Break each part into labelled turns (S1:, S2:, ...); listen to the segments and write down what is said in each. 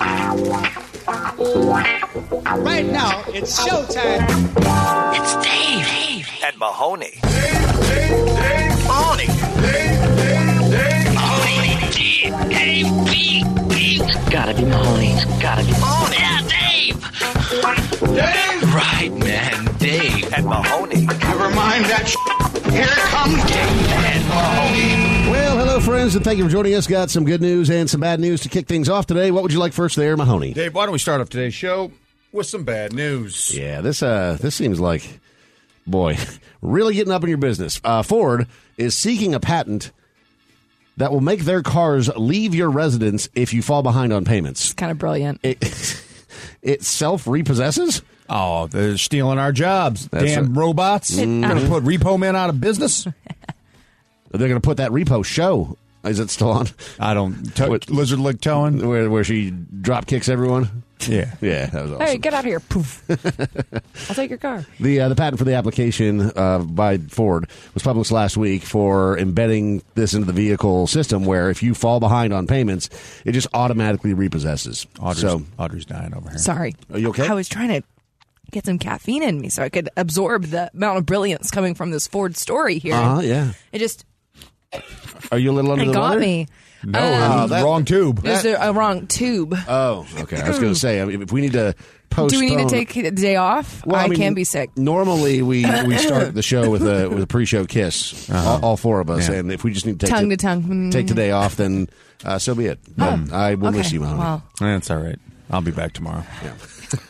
S1: Right now, it's showtime.
S2: It's Dave.
S3: and Mahoney.
S2: Mahoney. Mahoney. Dave. Dave. Dave. Dave. Gotta be Mahoney. Gotta be Mahoney. Yeah, Dave. Dave. Right, man. Dave.
S3: And Mahoney.
S1: Never mind that. Sh- Here comes
S2: And Mahoney.
S4: Well, hello, friends, and thank you for joining us. Got some good news and some bad news to kick things off today. What would you like first, there, Mahoney?
S5: Dave, why don't we start off today's show with some bad news?
S4: Yeah, this uh, this seems like, boy, really getting up in your business. Uh, Ford is seeking a patent that will make their cars leave your residence if you fall behind on payments.
S6: kind of brilliant.
S4: It, it self repossesses.
S5: Oh, they're stealing our jobs.
S4: That's Mm.
S5: Damn robots. Going to put repo men out of business?
S4: They're going to put that repo show. Is it still on?
S5: I don't. To-
S4: What?
S5: lizard leg towing?
S4: Where where she drop kicks everyone?
S5: Yeah.
S4: Yeah, that was awesome.
S6: Hey, get out of here. Poof. I'll take your car.
S4: The uh, the patent for the application uh, by Ford was published last week for embedding this into the vehicle system, where if you fall behind on payments, it just automatically repossesses.
S5: Audrey's,
S4: So
S5: Audrey's dying over here.
S6: Sorry.
S4: Are you okay?
S6: I was trying to get some caffeine in me so I could absorb the amount of brilliance coming from this Ford story here.
S4: uh huh, yeah.
S6: It just
S4: Are you a little under
S6: it
S4: the
S6: got
S4: weather? Oh,
S6: me. Um,
S5: No, honey,
S4: Uh, that-
S5: wrong tube.
S6: There's a, a wrong tube.
S4: Oh, okay. I was going to say I mean, if we need to postpone.
S6: Do we need to take the day off?
S4: Oh, Well,
S6: I,
S4: mean,
S6: can be sick.
S4: Normally, we, we start the show with a with a pre-show kiss, all, all four of us,
S5: Uh-huh. Yeah.
S4: and if we just need to take
S6: Tongue
S4: the-
S6: to tongue. Mm.
S4: take today off, then uh, so be it. But I will miss
S6: Okay,
S4: you, Mahoney.
S6: well.
S5: That's all right. I'll be back tomorrow.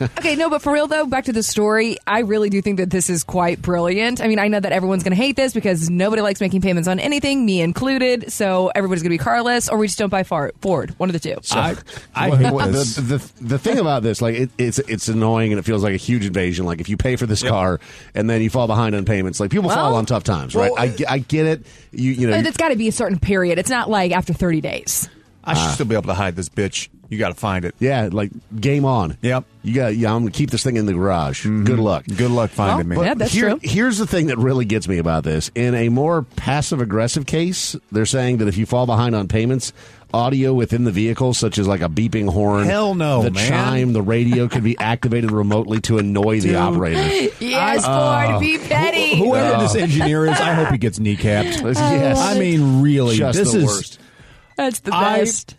S6: Okay, no, but for real though, back to the story, I really do think that this is quite brilliant. I mean, I know that everyone's going to hate this because nobody likes making payments on anything, me included. So everybody's going to be carless, or we just don't buy far- Ford. One of the two.
S5: I, I
S4: Well,
S5: hate
S4: well,
S5: this.
S4: The, the, the thing about this, like, it, it's it's annoying and it feels like a huge invasion. Like, if you pay for this car and then you fall behind on payments, like people fall
S6: Well-
S4: on tough times, right? I, ge- I get it. You you know,
S6: But it's got to be a certain period. It's not like after 30 days.
S5: I
S4: Uh.
S5: should still be able to hide this bitch. You got to find it.
S4: yeah, like game on.
S5: Yep.
S4: You got. Yeah, I'm gonna keep this thing in the garage.
S5: Mm-hmm.
S4: Good luck.
S5: Good luck finding
S6: Well,
S5: me.
S6: yeah, that's
S4: Here-
S6: true.
S4: Here's the thing that really gets me about this. In a more passive aggressive case, they're saying that if you fall behind on payments, audio within the vehicle, such as like a beeping horn,
S5: Hell no,
S4: the
S5: man.
S4: chime, the radio, could be activated remotely to annoy the operator.
S6: Yes, Ford, be petty.
S5: Whoever this engineer is, I hope he gets kneecapped.
S4: Uh.
S5: Uh,
S4: yes.
S5: I mean, really,
S4: Just
S5: this
S4: the
S5: is.
S4: worst.
S6: That's the
S5: I-
S6: best.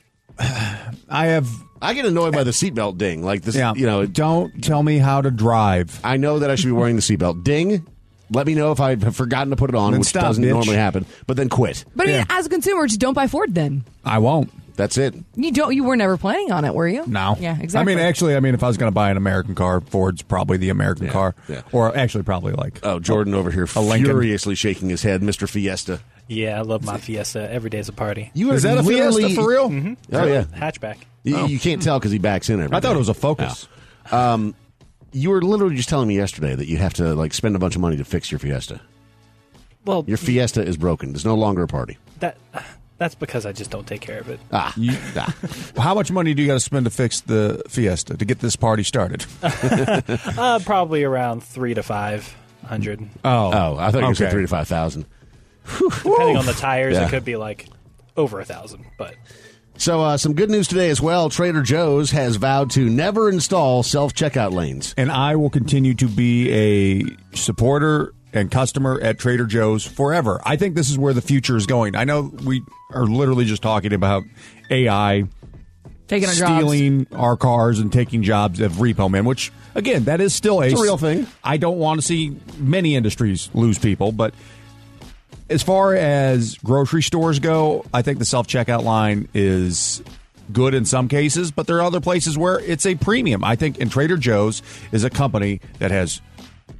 S5: I have
S4: I get annoyed by the seatbelt ding. Like this,
S5: Yeah.
S4: you know.
S5: don't tell me how to drive.
S4: I know that I should be wearing the seatbelt. Ding. Let me know if I've forgotten to put it on,
S5: Then
S4: which
S5: stop,
S4: doesn't
S5: bitch.
S4: normally happen. But then quit.
S6: But I mean,
S5: yeah.
S6: as a consumer, just don't buy Ford then.
S5: I won't.
S4: That's it.
S6: You don't. You were never planning on it, were you?
S5: No.
S6: Yeah, exactly.
S5: I mean, actually, I mean, if I was going to buy an American car, Ford's probably the American
S4: Yeah,
S5: car.
S4: yeah.
S5: Or actually, probably like.
S4: Oh, Jordan over here,
S5: A Lincoln.
S4: furiously shaking his head, Mister Fiesta.
S7: Yeah, I love my Fiesta. Every day's a party.
S4: You
S5: is Mm-hmm. that a Fiesta for real?
S4: Oh yeah.
S7: Hatchback.
S4: You, you can't tell because he backs in. Every
S5: I thought
S4: day.
S5: it was a Focus.
S4: You were literally just telling me yesterday that you have to like spend a bunch of money to fix your Fiesta.
S7: Well,
S4: Your Fiesta is broken. It's no longer a party.
S7: that that's because I just don't take care of it.
S4: Ah, ah.
S5: How much money do you got to spend to fix the Fiesta to get this party started?
S7: Uh, probably around three to five hundred,
S4: Oh, I thought you said
S5: Okay.
S4: three to five thousand.
S7: depending on the tires.
S4: Yeah.
S7: It could be like over a thousand, but
S4: So, uh, some good news today as well. Trader Joe's has vowed to never install self checkout lanes.
S5: And I will continue to be a supporter and customer at Trader Joe's forever. I think this is where the future is going. I know we are literally just talking about AI
S6: taking our jobs.
S5: stealing our cars and taking jobs of repo men, which again, that is still a,
S4: a real thing.
S5: I don't want to see many industries lose people, but as far as grocery stores go, I think the self checkout line is good in some cases, but there are other places where it's a premium. I think, and Trader Joe's is a company that has,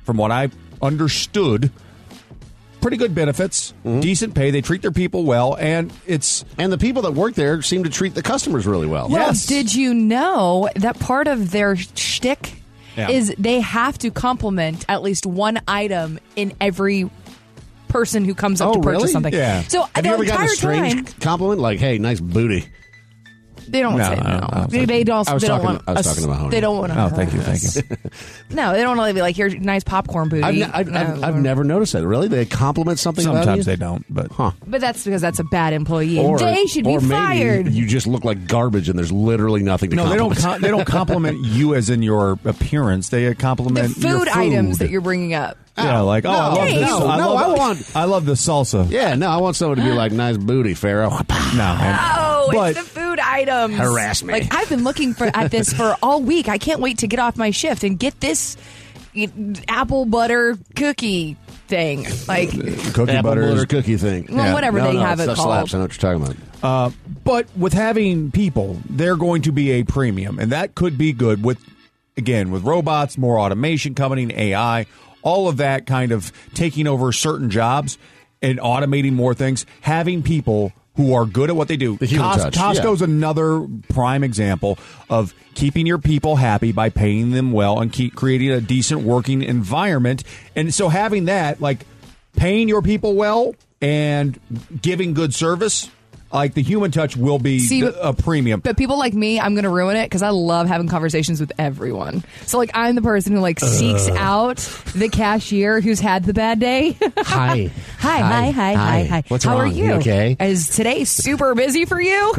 S5: from what I understood, pretty good benefits,
S4: Mm-hmm.
S5: decent pay. They treat their people well, and it's
S4: And the people that work there seem to treat the customers really well.
S5: Yeah.
S6: Well,
S5: Yes.
S6: did you know that part of their shtick
S5: Yeah.
S6: is they have to compliment at least one item in every person who comes up
S4: Oh,
S6: to purchase
S4: really?
S6: something?
S5: Yeah.
S6: So
S4: Have
S6: the
S4: you ever gotten
S6: entire
S4: a strange
S6: time
S4: compliment like, "Hey, nice booty"?
S6: they don't
S5: No,
S6: say
S5: no,
S6: no.
S5: I was
S6: they, they don't.
S4: I was
S6: they don't
S4: talking-
S6: want.
S4: I was
S6: us-
S4: talking to Mahoney.
S6: They don't want.
S5: oh, thank you, thank you.
S6: you. No, they don't want to be like here's your nice popcorn booty.
S4: I've, ne- I've,
S6: No,
S4: I've, I've never noticed that. Really, they compliment something. about
S5: Sometimes
S4: you?
S5: they don't, but
S4: Huh.
S6: But that's because that's a bad employee. and
S4: Or-
S6: they should be
S4: or maybe
S6: fired.
S4: You just look like garbage, and there's literally nothing to
S5: no, they don't.
S4: compliment.
S5: Com- they don't compliment you as in your appearance. They uh,
S6: the
S5: compliment
S6: food,
S5: your food
S6: items that you're bringing up.
S5: Yeah, like oh, I
S4: No,
S5: love this.
S4: no,
S5: I
S4: no,
S5: love,
S4: I want-
S5: I love the salsa.
S4: yeah, no, I want someone to be like, "Nice booty, Pharaoh."
S5: No, I-
S6: Oh,
S5: But-
S6: it's the food items.
S4: Harass me.
S6: Like I've been looking for at this for all week. I can't wait to get off my shift and get this y- apple butter cookie thing. Like
S5: cookie
S4: Apple
S5: butter.
S4: butter,
S5: is-
S4: cookie thing.
S6: Well, whatever
S4: no,
S6: they
S4: no,
S6: have it
S4: stuff slaps. I know what you're talking about.
S5: Uh, but with having people, they're going to be a premium, and that could be good. With again, with robots, more automation coming, in, AI, all of that kind of taking over certain jobs and automating more things. Having people who are good at what they do.
S4: The human touch,
S5: Costco's another prime example of keeping your people happy by paying them well and keep creating a decent working environment. And so having that, like paying your people well and giving good service, like the human touch will be
S6: See,
S5: th- a premium.
S6: But people like me, I'm going to ruin it because I love having conversations with everyone. So like I'm the person who like seeks out the cashier who's had the bad day.
S4: Hi.
S6: Hi, hi, hi, hi, hi. How are you? Is today super busy for you?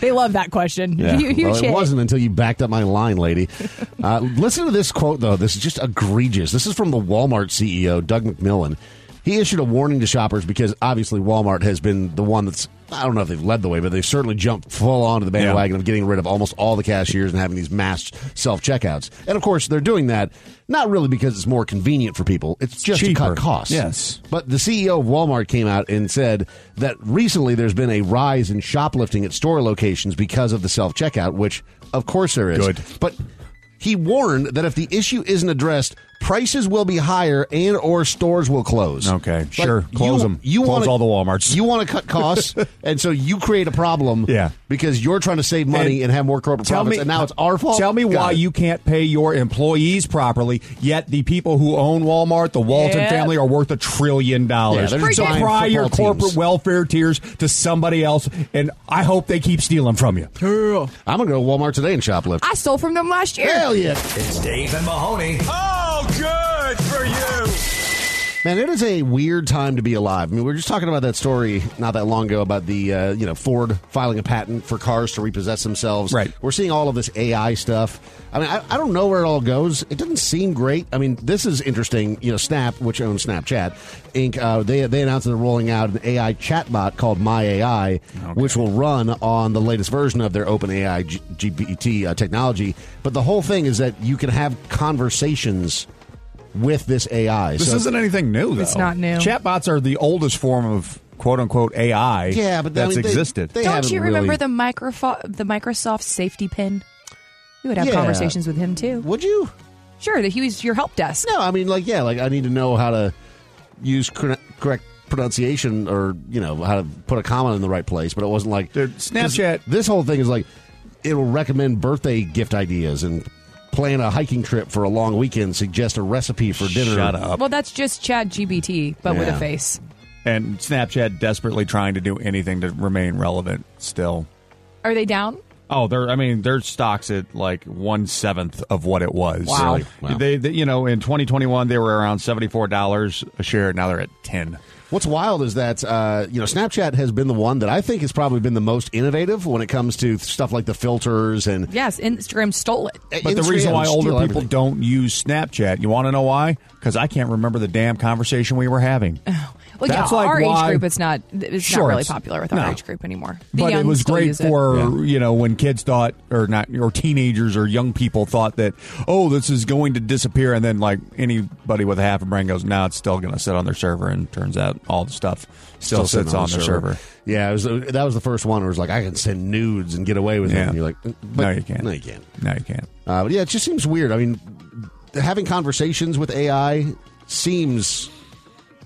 S6: they love that question. You, you
S4: well, it
S6: should.
S4: wasn't until you backed up my line, lady. Uh, listen to this quote, though. This is just egregious. This is from the Walmart CEO, Doug McMillan. He issued a warning to shoppers because obviously Walmart has been the one that's, I don't know if they've led the way, but they've certainly jumped full onto the bandwagon of getting rid of almost all the cashiers and having these mass self checkouts. And of course, they're doing that not really because it's more convenient for people, it's just to
S5: Cheaper.
S4: cut costs.
S5: Yes.
S4: But the CEO of Walmart came out and said that recently there's been a rise in shoplifting at store locations because of the self checkout, which of course there is.
S5: Good.
S4: But he warned that if the issue isn't addressed, prices will be higher and or stores will close.
S5: Okay, sure. Close 'em. Close
S4: wanna-
S5: all the Walmarts.
S4: You want to cut costs, and so you create a problem.
S5: Yeah.
S4: because you're trying to save money and,
S5: And
S4: have more corporate profits, and now it's our fault.
S5: Tell me
S4: God.
S5: why you can't pay your employees properly, yet the people who own Walmart, the Walton
S6: Yeah.
S5: family, are worth a trillion dollars.
S4: Yeah, they're just
S5: so
S4: buying
S5: cry your
S4: football
S5: corporate
S4: teams.
S5: welfare tears to somebody else, and I hope they keep stealing from you.
S4: I'm gonna go to Walmart today and shoplift.
S6: I stole from them last year.
S4: Hell yeah!
S3: It's Dave and Mahoney.
S8: Oh, good for you.
S4: Man, it is a weird time to be alive. I mean, we were just talking about that story not that long ago about the uh, you know Ford filing a patent for cars to repossess themselves.
S5: Right.
S4: We're seeing all of this AI stuff. I mean, I, I don't know where it all goes. It doesn't seem great. I mean, this is interesting. You know, Snap, which owns Snapchat Inc., uh, they they announced they're rolling out an AI chatbot called My AI, which will run on the latest version of their OpenAI G- GPT uh, technology. But the whole thing is that you can have conversations. With this AI,
S5: This
S4: So-
S5: isn't anything new, though.
S6: It's not new.
S5: Chatbots are the oldest form of quote unquote AI
S4: Yeah, but I
S5: that's
S4: mean, they-
S5: existed.
S4: they
S6: Don't
S4: haven't
S6: you remember
S4: really-
S6: the Microsoft the Microsoft safety pin? We would have
S4: Yeah.
S6: conversations with him too.
S4: Would you?
S6: Sure, that he was your help desk.
S4: No, I mean, like, yeah, like I need to know how to use cor- correct pronunciation or you know how to put a comma in the right place. But it wasn't like
S5: Dude,
S4: 'cause
S5: Snapchat-
S4: This whole thing is like it'll recommend birthday gift ideas and plan a hiking trip for a long weekend, suggest a recipe for dinner.
S5: Shut up.
S6: Well, that's just Chat GBT, but with
S4: Yeah.
S6: a face.
S5: And Snapchat desperately trying to do anything to remain relevant still.
S6: Are they down?
S5: Oh, they're. I mean, their stocks at like one seventh of what it was.
S4: Wow. Really? Wow.
S5: They, they, you know, in 2021 they were around seventy four dollars a share. Now they're at ten.
S4: What's wild is that uh, you know Snapchat has been the one that I think has probably been the most innovative when it comes to stuff like the filters and.
S6: Yes, Instagram stole it.
S5: But the
S4: Instagram
S5: reason why
S4: will
S5: older
S4: steal
S5: people
S4: everything.
S5: don't use Snapchat, you want to know why? Because I can't remember the damn conversation we were having.
S6: Well,
S5: That's
S6: yeah,
S5: like
S6: our
S5: why-
S6: age group, it's not it's
S5: Sure,
S6: not really
S5: it's-
S6: popular with our
S5: no.
S6: age group anymore. The
S5: but it
S6: young
S5: was
S6: still
S5: great
S6: use it.
S5: for
S4: Yeah.
S5: you know when kids thought or not or teenagers or young people thought that oh this is going to disappear and then like anybody with a half a brain goes no it's still going to sit on their server and turns out all the stuff still,
S4: sitting
S5: sits on, their server.
S4: Yeah, it was, that was the first one where it was like, I can send nudes and get away with it.
S5: Yeah.
S4: And you're like, "Uh, but,
S5: no you can't
S4: No, you can't.
S5: no you can't
S4: Uh, but yeah, it just seems weird. I mean, having conversations with AI seems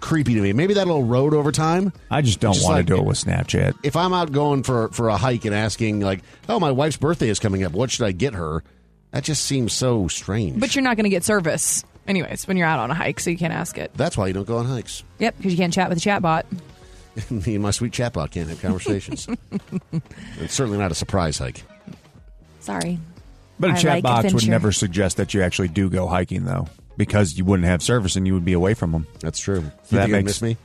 S4: creepy to me. Maybe that'll erode over time.
S5: I just don't
S4: Just
S5: want
S4: like-
S5: to do it with Snapchat.
S4: If I'm out going for for a hike and asking like, "Oh, my wife's birthday is coming up. What should I get her?" That just seems so strange.
S6: But you're not going to get service anyways when you're out on a hike, so you can't ask it.
S4: That's why you don't go on hikes.
S6: Yep, because you can't chat with a chatbot.
S4: Me and my sweet chatbot can't have conversations. it's certainly not a surprise hike.
S6: Sorry.
S5: But a
S6: I
S5: chat
S6: like
S5: box would
S6: adventure.
S5: never suggest that you actually do go hiking, though, because you wouldn't have service and you would be away from them.
S4: That's true. You
S5: That
S4: think it would
S5: makes-
S4: miss me?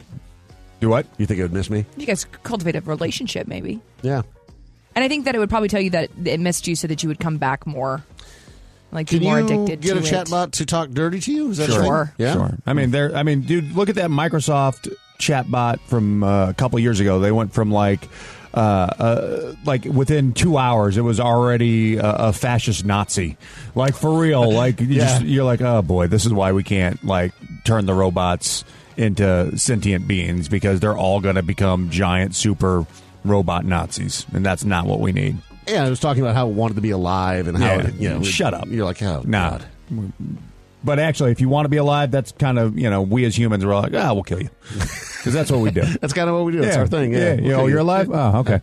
S5: Do what?
S4: You think it would miss me?
S6: You guys cultivate a relationship, maybe.
S4: Yeah.
S6: And I think that it would probably tell you that it missed you so that you would come back more, like
S4: Can
S6: be more
S4: you
S6: addicted
S4: get
S6: to
S4: a
S6: it.
S4: chatbot to talk dirty to you? Is that a
S5: Sure.
S4: thing?
S6: Sure.
S4: Yeah.
S5: Sure. I mean, there. I mean, dude, look at that Microsoft chatbot from uh, a couple years ago. They went from like. Uh, uh, like within two hours, it was already a, a fascist Nazi. Like for real. Like you just, you're like, oh boy, this is why we can't like turn the robots into sentient beings because they're all going to become giant super robot Nazis, and that's not what we need.
S4: Yeah, I was talking about how it wanted to be alive and how it, you know,
S5: shut up.
S4: You're like, oh,
S5: Nah.
S4: God.
S5: But actually, if you want to be alive, that's kind of you know we as humans we're like, ah, we'll kill you because that's what we do.
S4: That's kind of what we do. That's our thing. Yeah.
S5: You know,
S4: Okay.
S5: you're alive. Oh, okay.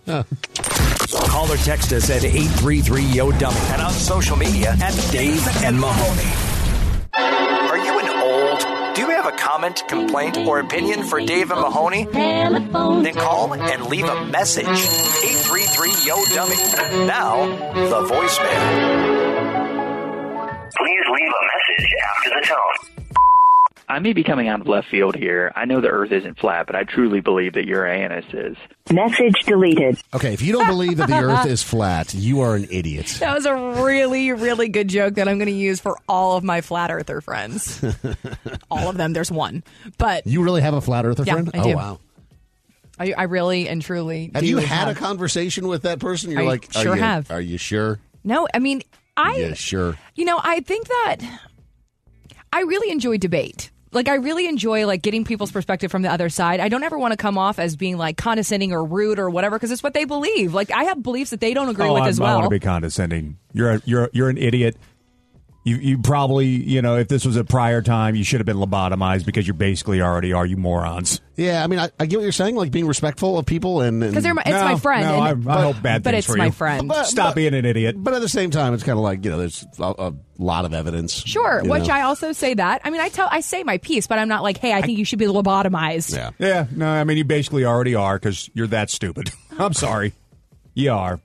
S3: Call or text us at 833 yo dummy and on social media at Dave and Mahoney. Are you an old? Do you have a comment, complaint, or opinion for Dave and Mahoney? Then call and leave a message. 833 yo dummy. Now, the voicemail.
S9: Please leave a message after the tone.
S2: I may be coming out of left field here. I know the Earth isn't flat, but I truly believe that Uranus is.
S10: Message deleted.
S4: Okay, if you don't believe that the earth is flat, you are an idiot.
S6: That was a really, really good joke that I'm going to use for all of my flat earther friends. all of them. There's one, but
S4: You really have a flat earther
S6: Yeah,
S4: friend?
S6: I
S4: oh,
S6: do.
S4: wow.
S6: I, I really and truly
S4: Have
S6: do
S4: you had a
S6: have-
S4: conversation with that person? You're
S6: I
S4: like,
S6: sure
S4: are you,
S6: have.
S4: Are you sure?
S6: no? I mean, I
S4: yeah, sure.
S6: You know, I think that I really enjoy debate. Like I really enjoy like getting people's perspective from the other side. I don't ever want to come off as being like condescending or rude or whatever because it's what they believe. Like I have beliefs that they don't agree
S5: Oh,
S6: with
S5: I'm-
S6: as
S5: I
S6: well.
S5: want to be condescending. You're a, you're you're an idiot. You you probably you know if this was a prior time, you should have been lobotomized because you basically already are. You morons.
S4: Yeah, I mean, I, I get what you're saying, like being respectful of people and. and-
S6: because they're my, it's
S5: No,
S6: my friend.
S5: no,
S6: and-
S5: I- I
S6: but,
S5: hope bad
S6: but
S5: things
S6: it's
S5: for
S6: my
S5: you.
S6: friend.
S4: But-
S5: Stop being an idiot.
S4: But at the same time, it's kind of like, you know, there's a, a lot of evidence.
S6: Sure,
S4: you
S6: which
S4: know?
S6: I also say that. I mean, I tell I say my piece, but I'm not like, hey, I think you should be lobotomized.
S4: Yeah.
S5: Yeah. No, I mean you basically already are because you're that stupid. I'm sorry. You are.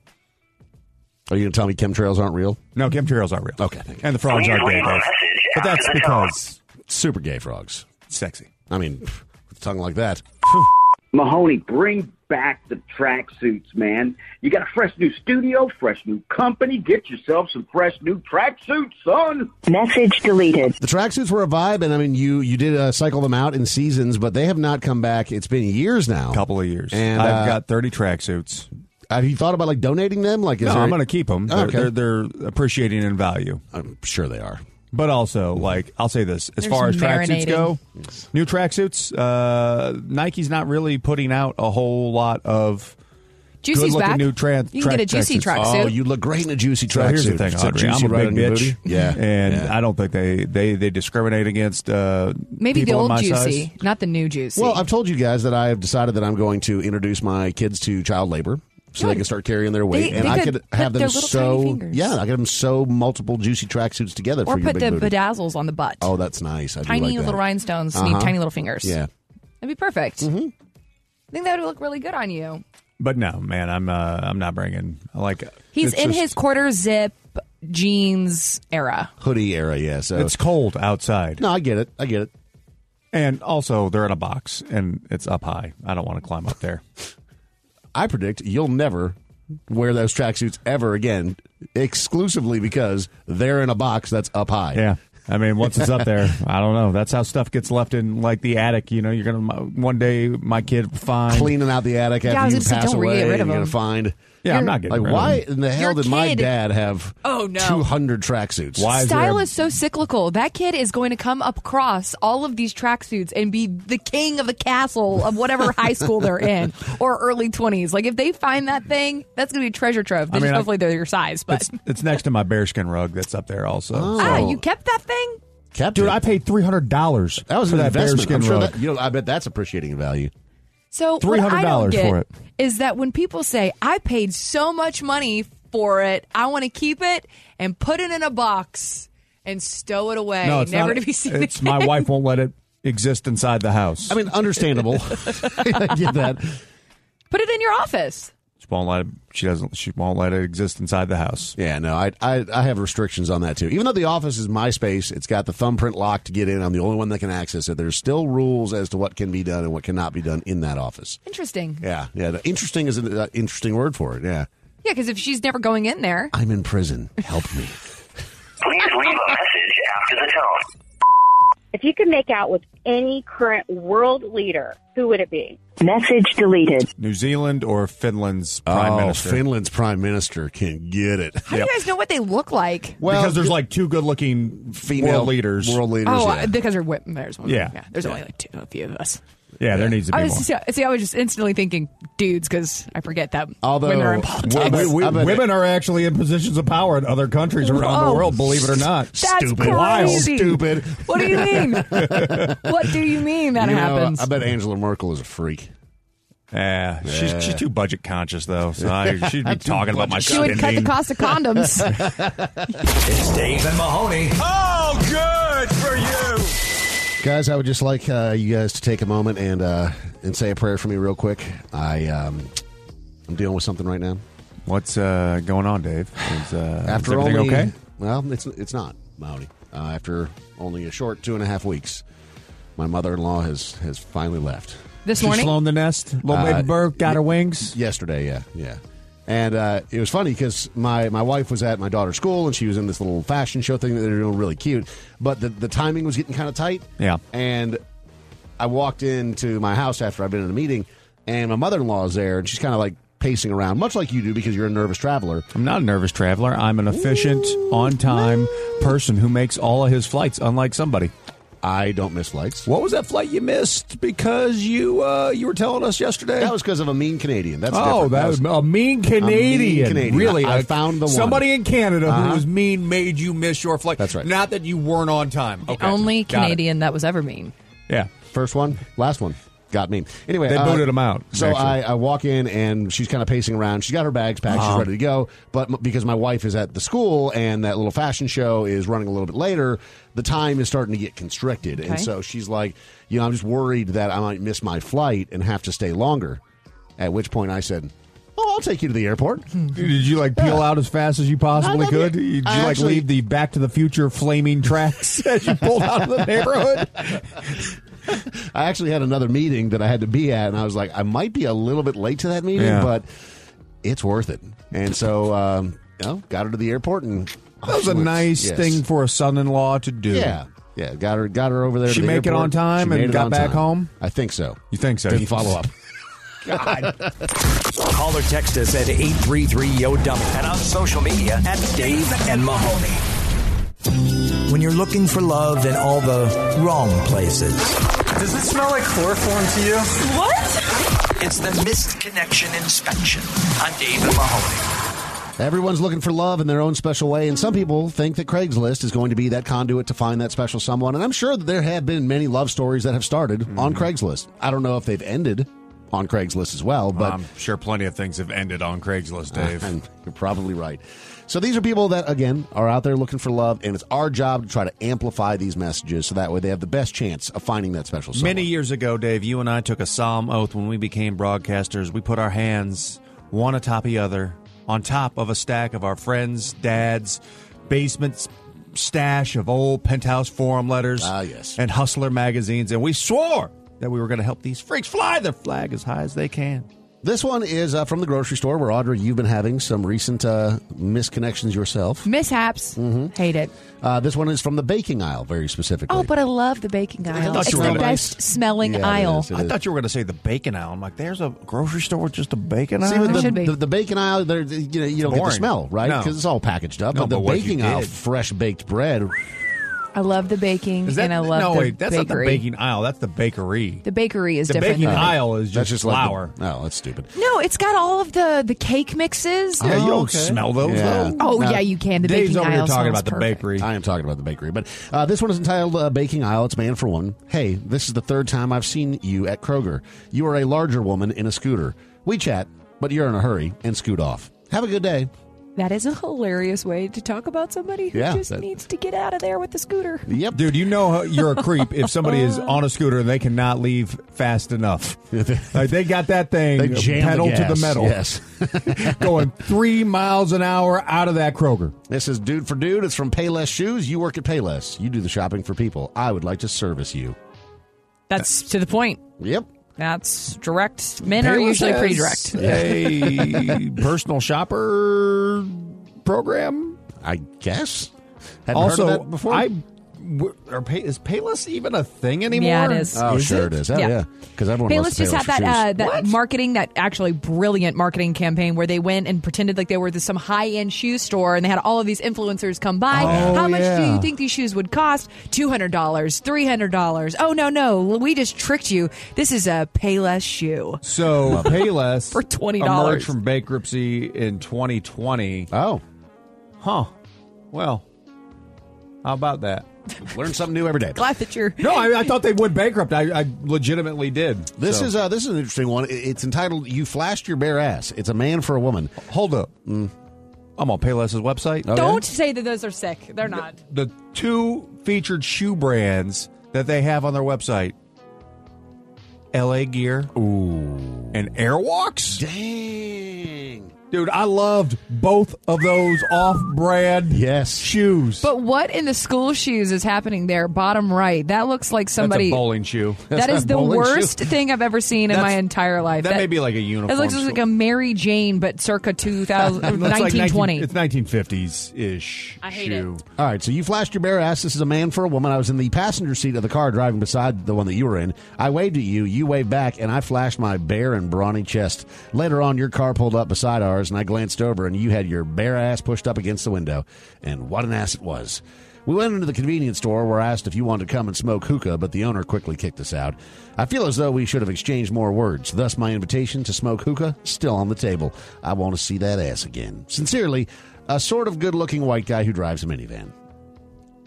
S4: Are you going to tell me chemtrails aren't real?
S5: No, chemtrails are real.
S4: Okay, thank you.
S5: And the frogs are
S9: Please
S5: dead.
S9: leave a message
S5: But that's
S9: after the tone.
S5: because
S4: Super gay frogs.
S5: sexy.
S4: I mean, pff, with a tongue like that.
S11: Mahoney, bring back the tracksuits, man. You got a fresh new studio, fresh new company. Get yourself some fresh new tracksuits, son.
S10: Message deleted.
S4: The tracksuits were a vibe, and I mean, you you did uh, cycle them out in seasons, but they have not come back. It's been years now.
S5: couple of years.
S4: And,
S5: I've
S4: uh,
S5: got 30 tracksuits.
S4: Have you thought about like donating them? Like, is
S5: No,
S4: there-
S5: I'm going to keep them. They're,
S4: okay.
S5: they're, they're appreciating in value.
S4: I'm sure they are.
S5: But also, like, I'll say this as
S6: There's
S5: far as
S6: marinating.
S5: tracksuits go, new tracksuits, uh, Nike's not really putting out a whole lot of.
S6: Juicy's
S5: Good-looking
S6: back.
S5: new tra-
S6: you can get a
S5: track
S6: juicy
S5: tracksuits.
S6: tracksuit.
S4: Oh, you look great in a juicy
S5: So
S4: tracksuit.
S5: uh, here's the thing,
S4: It's so
S5: Audrey.
S4: juicy
S5: I'm a big
S4: right on your
S5: bitch,
S4: booty. Yeah,
S5: and
S4: yeah.
S5: I don't think they, they, they discriminate against uh,
S6: Maybe the
S5: people in
S6: old
S5: my
S6: juicy,
S5: size.
S6: not the new juicy.
S4: Well, I've told you guys that I have decided that I'm going to introduce my kids to child labor. So they
S6: Good.
S4: can start carrying their weight,
S6: They-
S4: and
S6: they
S4: I
S6: could
S4: could have
S6: put
S4: them
S6: their little tiny
S4: so
S6: fingers.
S4: yeah, I could have them sew multiple juicy tracksuits together
S6: or
S4: for your
S6: put
S4: big
S6: the
S4: booty.
S6: bedazzles on the butt.
S4: oh, that's nice. I do
S6: tiny
S4: like that.
S6: little rhinestones need
S4: Uh-huh.
S6: tiny little fingers.
S4: Yeah,
S6: That'd be perfect.
S5: Mm-hmm.
S6: I think that would look really good on you.
S5: But no, man, I'm uh, I'm not bringing. I Like
S6: He's
S5: it's
S6: in
S5: just-
S6: his quarter zip jeans era.
S4: hoodie era. Yeah, so
S5: It's cold outside,
S4: no, I get it. I get it.
S5: and also they're in a box, and it's up high. I don't want to climb up there.
S4: I predict you'll never wear those tracksuits ever again, exclusively because they're in a box that's up high.
S5: Yeah. I mean, once it's up there, I don't know. That's how stuff gets left in like the attic. You know, you're gonna one day my kid will find.
S4: Cleaning out the attic
S6: I
S4: after
S6: was
S4: you
S6: gonna say,
S4: pass
S6: don't
S4: away,
S6: get rid
S4: you're
S6: of
S4: gonna
S6: them.
S4: find.
S5: Yeah, I'm not getting
S4: Like,
S5: rid of
S4: why
S5: them.
S4: in the hell
S6: Your
S4: did my
S6: kid-
S4: dad have
S6: Oh, no.
S4: 200 tracksuits?
S5: Why is
S6: Style
S5: there a-
S6: is so cyclical. That kid is going to come up across all of these tracksuits and be the king of the castle of whatever high school they're in or early 20s. Like, if they find that thing, that's going to be a treasure trove. They
S5: I mean,
S6: just,
S5: I-
S6: hopefully, they're your size. But
S5: It's, it's next to my bearskin rug that's up there also.
S4: Oh.
S5: So
S6: ah, you kept that thing?
S4: Captain.
S5: Dude, I paid three hundred dollars.
S4: That was
S5: for
S4: an
S5: that
S4: investment.
S5: bearskin
S4: I'm sure
S5: rug.
S4: that, you know, I bet that's appreciating value.
S6: So what
S5: $300
S6: I don't get
S5: for it.
S6: Is that when people say I paid so much money for it, I want to keep it and put it in a box and stow it away,
S5: no, it's
S6: never
S5: not-
S6: to be seen
S5: It's
S6: again.
S5: my wife won't let it exist inside the house.
S4: I mean, understandable. I get that.
S6: Put it in your office.
S5: She won't let it. She doesn't. She won't let it exist inside the house.
S4: Yeah, no, I, I I have restrictions on that too. Even though the office is my space, it's got the thumbprint lock to get in. I'm the only one that can access it. There's still rules as to what can be done and what cannot be done in that office.
S6: Interesting.
S4: Yeah, yeah. The interesting is an uh, interesting word for it. Yeah,
S6: Yeah, because if she's never going in there,
S4: I'm in prison. Help me.
S9: Please leave a message after the tone.
S12: If you could make out with any current world leader, who would it be?
S10: Message deleted.
S5: New Zealand or Finland's prime
S4: oh,
S5: minister.
S4: Finland's prime minister can get it.
S6: how do you guys know what they look like?
S5: because there's like two good-looking
S4: Female
S5: world leaders.
S4: world leaders.
S6: oh,
S4: yeah.
S6: uh, because they're women. There's one.
S5: Yeah.
S6: there's
S5: Yeah.
S6: only like two, a few of us.
S5: Yeah, there needs to be
S6: I
S5: more.
S6: was see, see, I was just instantly thinking dudes because I forget that
S4: Although-
S6: women are in
S4: Well,
S6: politics.
S4: I bet-
S5: We- we-
S4: I bet-
S5: women are actually in positions of power in other countries around
S6: Whoa.
S5: the world, believe it or not.
S6: That's
S4: stupid,
S6: crazy.
S4: stupid.
S6: What do you mean? what do you mean that
S4: You know,
S6: happens?
S4: I bet Angela Merkel is a freak.
S5: Yeah, she's she's too budget conscious though. So I, she'd be talking about my
S6: she would cut the
S5: spending.
S6: cost of condoms.
S3: It's Dave and Mahoney.
S8: Oh, good for you.
S4: Guys, I would just like uh, you guys to take a moment and uh, and say a prayer for me real quick. I um, I'm dealing with something right now.
S5: What's uh, going on, Dave? Is, uh,
S4: After
S5: is everything
S4: only,
S5: okay?
S4: well, it's it's not Mahoney. Uh, after only a short two and a half weeks, my mother-in-law has has finally left
S6: this morning,
S5: flown the nest. Little
S4: Uh,
S5: baby bird got her wings.
S4: yesterday. Yeah, yeah. And uh, it was funny because my, my wife was at my daughter's school and she was in this little fashion show thing that they're doing really cute, but the, the timing was getting kind of tight.
S5: Yeah.
S4: And I walked into my house after I've been in a meeting, and my mother in law is there, and she's kind of like pacing around, much like you do because you're a nervous traveler.
S5: I'm not a nervous traveler. I'm an efficient, on time person who makes all of his flights. Unlike somebody.
S4: I don't miss flights.
S5: What was that flight you missed because you uh, you were telling us yesterday?
S4: That was because of a mean Canadian. That's
S5: Oh,
S4: different.
S5: that was a mean Canadian.
S4: Canadian.
S5: Really,
S4: I- I
S5: a-
S4: found the one.
S5: somebody in Canada
S4: Uh-huh.
S5: who was mean made you miss your flight.
S4: That's right.
S5: Not that you weren't on time. Okay.
S6: only
S5: Got it.
S6: Canadian that was ever mean.
S5: Yeah.
S4: First one, last one. Got me. Anyway, uh,
S5: They voted him out,
S4: So
S5: actually.
S4: I, I walk in and she's kind of pacing around. She's got her bags packed.
S5: Uh-huh.
S4: She's ready to go. But m- because my wife is at the school and that little fashion show is running a little bit later, the time is starting to get constricted. And
S6: Okay.
S4: so she's like, you know, I'm just worried that I might miss my flight and have to stay longer. At which point I said, Oh, I'll take you to the airport.
S5: Did you like peel out as fast as you possibly
S4: I love
S5: could?
S4: you.
S5: Did you
S4: I
S5: like
S4: actually-
S5: leave the Back to the Future flaming tracks as you pulled out of the neighborhood?
S4: I actually had another meeting that I had to be at, and I was like, I might be a little bit late to that meeting,
S5: Yeah.
S4: but it's worth it. And so, um, you know, got her to the airport, and
S5: That was a nice thing for a son-in-law to do.
S4: Yeah, yeah, got her, got her over there. to
S5: She
S4: the
S5: make it
S4: airport.
S5: on time
S4: She made
S5: and
S4: it
S5: got
S4: on
S5: back
S4: time.
S5: home?
S4: I think so.
S5: You think so?
S4: Didn't follow up.
S3: Call or text us at 833-YO-DUMP and on social media at Dave and Mahoney. When you're looking for love in all the wrong places,
S8: Does it smell like chloroform to you?
S3: it's the Missed Connection Inspection on Dave and Mahoney.
S4: Everyone's looking for love in their own special way, and
S5: Mm.
S4: some people think that Craigslist is going to be that conduit to find that special someone. And I'm sure that there have been many love stories that have started
S5: Mm.
S4: on Craigslist. I don't know if they've ended on Craigslist as well, but
S5: sure plenty of things have ended on Craigslist,
S4: And You're probably right. So these are people that, again, are out there looking for love, and it's our job to try to amplify these messages so that way they have the best chance of finding that special someone.
S5: Many years ago, Dave, you and I took a solemn oath when we became broadcasters. We put our hands one atop the other on top of a stack of our friends' dads' basement s- stash of old penthouse forum letters
S4: Ah, yes.
S5: and hustler magazines, and we swore that we were going to help these freaks fly their flag as high as they can.
S4: This one is uh, from the grocery store where, Audrey, you've been having some recent uh, misconnections yourself.
S6: Mishaps,
S5: Mm-hmm.
S6: hate it.
S4: Uh, this one is from the baking aisle, very specifically.
S6: Oh, but I love the baking aisle.
S5: thought
S6: It's
S5: you
S6: the
S5: were gonna-
S6: best smelling
S4: Yeah, it
S6: aisle.
S4: is, it
S5: I
S4: is.
S5: thought you were going to say the bacon aisle. I'm like, there's a grocery store with just a bacon
S4: See,
S5: aisle.
S4: with the,
S6: should be.
S4: the, the bacon aisle, there you know you don't get the
S5: boring.
S4: smell right
S5: No.
S4: because it's all packaged up.
S5: No,
S4: but the
S5: but what you
S4: baking aisle,
S5: did-
S4: fresh baked bread.
S6: I love the baking
S5: Is that,
S6: and I love
S5: no,
S6: the
S5: wait, that's
S6: bakery.
S5: not the baking aisle. That's the bakery.
S6: The bakery is
S5: the
S6: different.
S5: baking
S6: though.
S5: aisle is just,
S4: That's just like the-
S5: flour.
S4: no, that's stupid.
S6: No, it's got all of the the cake mixes.
S4: Yeah, you don't smell those.
S6: Yeah.
S4: though.
S6: Oh, yeah, you can. The baking aisle smells perfect.
S4: bakery. I am talking about the bakery, but uh, this one is entitled uh, "Baking Aisle." It's man for one. Hey, this is the third time I've seen you at Kroger. You are a larger woman in a scooter. We chat, but you're in a hurry and scoot off. Have a good day.
S6: That is a hilarious way to talk about somebody who
S5: Yeah,
S6: just
S5: that-
S6: needs to get out of there with the scooter.
S4: Yep.
S5: Dude, you know how- you're a creep if somebody is on a scooter and they cannot leave fast enough. Like they got that thing
S4: They jam the
S5: pedal to
S4: gas,
S5: the metal.
S4: yes.
S5: going three miles an hour out of that Kroger.
S4: This is dude for dude. It's from Payless Shoes. You work at Payless. You do the shopping for people. I would like to service you.
S6: That's to the point.
S4: Yep.
S6: That's direct. Men
S5: Payless
S6: are usually pretty
S5: has
S6: direct.
S5: A personal shopper program,
S4: I guess. Hadn't
S5: also,
S4: heard of that before.
S5: I w- are pay, is Payless even a thing anymore?
S6: Yeah, it is.
S4: oh, sure it is. Oh, yeah. Because everyone
S6: Payless
S4: wants to
S6: just had
S4: Payless
S6: that
S4: for
S6: uh,
S4: shoes.
S6: that marketing, that actually brilliant marketing campaign where they went and pretended like they were this some high end shoe store, and they had all of these influencers come by.
S5: Oh,
S6: How much do
S5: yeah.
S6: you think these shoes would cost? Two hundred dollars, three hundred dollars. Oh no, no, we just tricked you. This is a Payless shoe.
S5: So Payless
S6: For $20.
S5: emerged from bankruptcy in 2020.
S4: Oh,
S5: huh. Well, how about that?
S4: Learn something new every day.
S6: Glad that you're.
S5: No, I, I thought they went bankrupt. I, I legitimately did.
S4: This
S5: So-
S4: is uh, this is an interesting one. It- It's entitled "You Flashed Your Bare Ass." It's a man for a woman.
S5: hold up. I'm on Payless's website.
S6: Don't say that those are sick. They're not.
S5: the two featured shoe brands that they have on their website LA Gear and Airwalks.
S4: Dang.
S5: Dude, I loved both of those off brand
S4: Yes.
S5: shoes.
S6: But what in the school shoes is happening there? Bottom right. That looks like somebody.
S5: That's a bowling shoe.
S6: That is the
S4: bowling shoe.
S6: worst thing I've ever seen in my
S5: That's-
S6: entire life.
S5: that may be like a uniform
S6: It looks
S5: shoe.
S6: like a Mary Jane, but circa uh, 2000,
S5: It looks like
S6: 1920.
S5: 19 it's 1950s ish
S6: I hate
S5: shoe. It.
S4: All right, so you flashed your bare ass. This is a man for a woman. I was in the passenger seat of the car driving beside the one that you were in. I waved at you, you waved back, and I flashed my bare and brawny chest. Later on, your car pulled up beside ours, and I glanced over, and you had your bare ass pushed up against the window. And what an ass it was. We went into the convenience store. We're asked if you wanted to come and smoke hookah, but the owner quickly kicked us out. I feel as though we should have exchanged more words. Thus, my invitation to smoke hookah still on the table. I want to see that ass again. Sincerely, a sort of good-looking white guy who drives a minivan.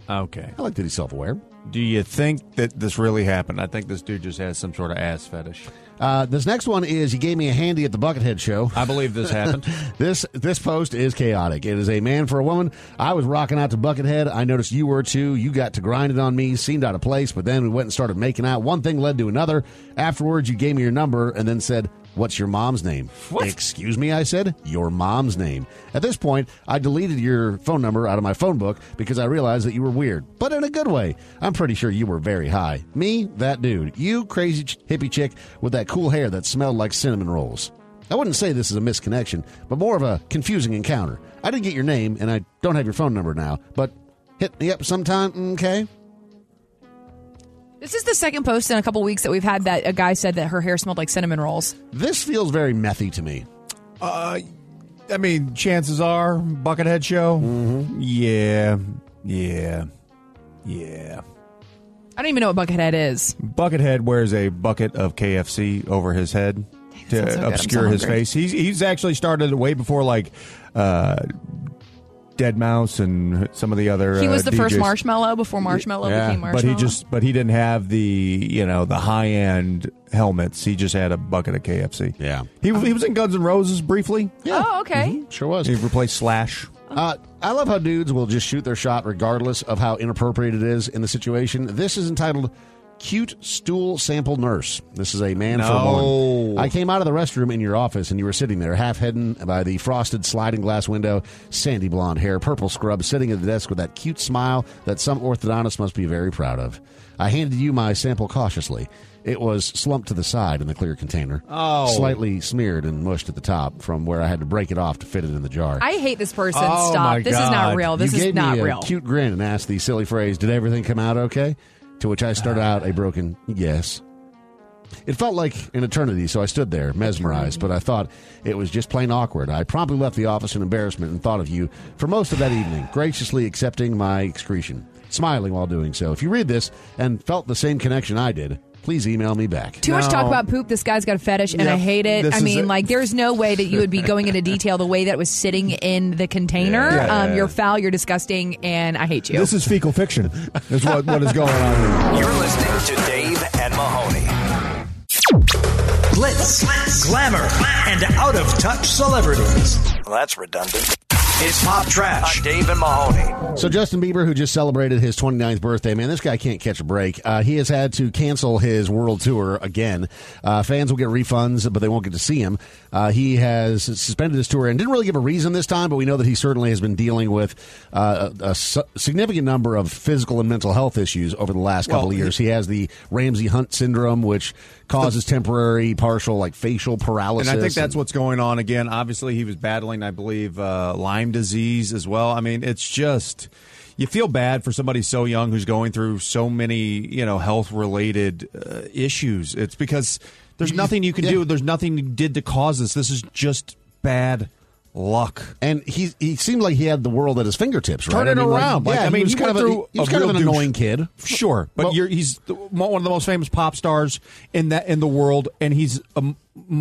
S5: Okay.
S4: I like that he's self aware.
S5: Do you think that this really happened? I think this dude just has some sort of ass fetish.
S4: Uh, this next one is you gave me a handy at the Buckethead show.
S5: I believe this happened.
S4: This this post is chaotic. It is a man for a woman. I was rocking out to Buckethead. I noticed you were too. You got to grinding on me. Seemed out of place, but then we went and started making out. One thing led to another. Afterwards, you gave me your number and then said, "What's your mom's name?" Excuse me, I said, "Your mom's name." At this point, I deleted your phone number out of my phone book because I realized that you were weird, but in a good way. I'm pretty sure you were very high. Me, that dude. You, crazy ch- hippie chick with that cool hair that smelled like cinnamon rolls. I wouldn't say this is a misconnection, but more of a confusing encounter. I didn't get your name, and I don't have your phone number now, but hit me up sometime, okay?
S6: This is the second post in a couple weeks that we've had that a guy said that her hair smelled like cinnamon rolls.
S4: This feels very methy to me.
S5: Uh, I mean, chances are Buckethead show. Mm-hmm. Yeah, yeah, yeah.
S6: I don't even know what Buckethead is.
S5: Buckethead wears a bucket of KFC over his head
S6: sounds
S5: to
S6: so good. I'm
S5: obscure
S6: so
S5: his
S6: hungry.
S5: face. He's he's actually started way before like uh, Dead Mouse and some of the other.
S6: He was
S5: uh,
S6: the first
S5: DJs.
S6: marshmallow before marshmallow
S5: Yeah,
S6: became
S5: but
S6: marshmallow.
S5: he just but he didn't have the you know the high end helmets. He just had a bucket of KFC.
S4: Yeah.
S5: He, he was in Guns N' Roses briefly.
S6: Oh, okay.
S4: Mm-hmm. Sure was.
S5: He replaced Slash.
S4: Uh, I love how dudes will just shoot their shot regardless of how inappropriate it is in the situation. This is entitled Cute Stool Sample Nurse. This is a man for a woman.
S5: No.
S4: I came out of the restroom in your office and you were sitting there, half hidden by the frosted sliding glass window, sandy blonde hair, purple scrub, sitting at the desk with that cute smile that some orthodontist must be very proud of. I handed you my sample cautiously. It was slumped to the side in the clear container,
S5: Oh.
S4: slightly smeared and mushed at the top from where I had to break it off to fit it in the jar.
S6: I hate this person.
S5: Oh,
S6: Stop.
S5: my
S6: This is not
S5: God.
S6: real. This
S4: you
S6: is
S4: gave
S6: not
S4: me a
S6: real.
S4: cute grin and asked the silly phrase, "Did everything come out okay?" To which I started out a broken yes. It felt like an eternity, so I stood there, mesmerized, but I thought it was just plain awkward. I promptly left the office in embarrassment and thought of you for most of that evening, graciously accepting my excretion. smiling while doing so. If you read this and felt the same connection I did, please email me back.
S6: Too much talk about poop. This guy's got a fetish, and I
S4: Yep.
S6: hate it.
S4: This
S6: I
S4: is
S6: mean,
S4: it.
S6: like, there's no way that you would be going into detail the way that it was sitting in the container.
S13: Yeah.
S6: Um, you're foul, you're disgusting, and I hate you.
S13: This is fecal fiction. Is what what is going on. Here.
S3: You're listening to Dave and Mahoney. Glitz, glamour, and out of touch celebrities. Well, that's redundant. It's pop trash. On Dave and Mahoney.
S4: So Justin Bieber, who just celebrated his 29th birthday, man, this guy can't catch a break. Uh, he has had to cancel his world tour again. Uh, fans will get refunds, but they won't get to see him. Uh, he has suspended his tour and didn't really give a reason this time, but we know that he certainly has been dealing with uh, a, a su- significant number of physical and mental health issues over the last couple
S5: Well,
S4: of years. He has the Ramsey Hunt syndrome, which causes temporary, partial, like facial paralysis.
S5: And I think that's what's going on again. Obviously, he was battling, I believe, uh, Lyme disease as well. I mean, it's just you feel bad for somebody so young who's going through so many, you know, health related uh, issues. It's because there's nothing you can do. There's nothing you did to cause this. This is just bad luck.
S4: And he he seemed like he had the world at his fingertips, right?
S5: Turn it
S4: I mean, like,
S5: around. Like,
S4: yeah,
S5: I mean,
S4: he was
S5: he
S4: kind
S5: went
S4: of a-
S5: through
S4: he was
S5: a
S4: kind of
S5: real
S4: an
S5: douche.
S4: annoying kid.
S5: Sure, but you're, he's the, mo- one of the most famous pop stars in that in the world, and he's a m-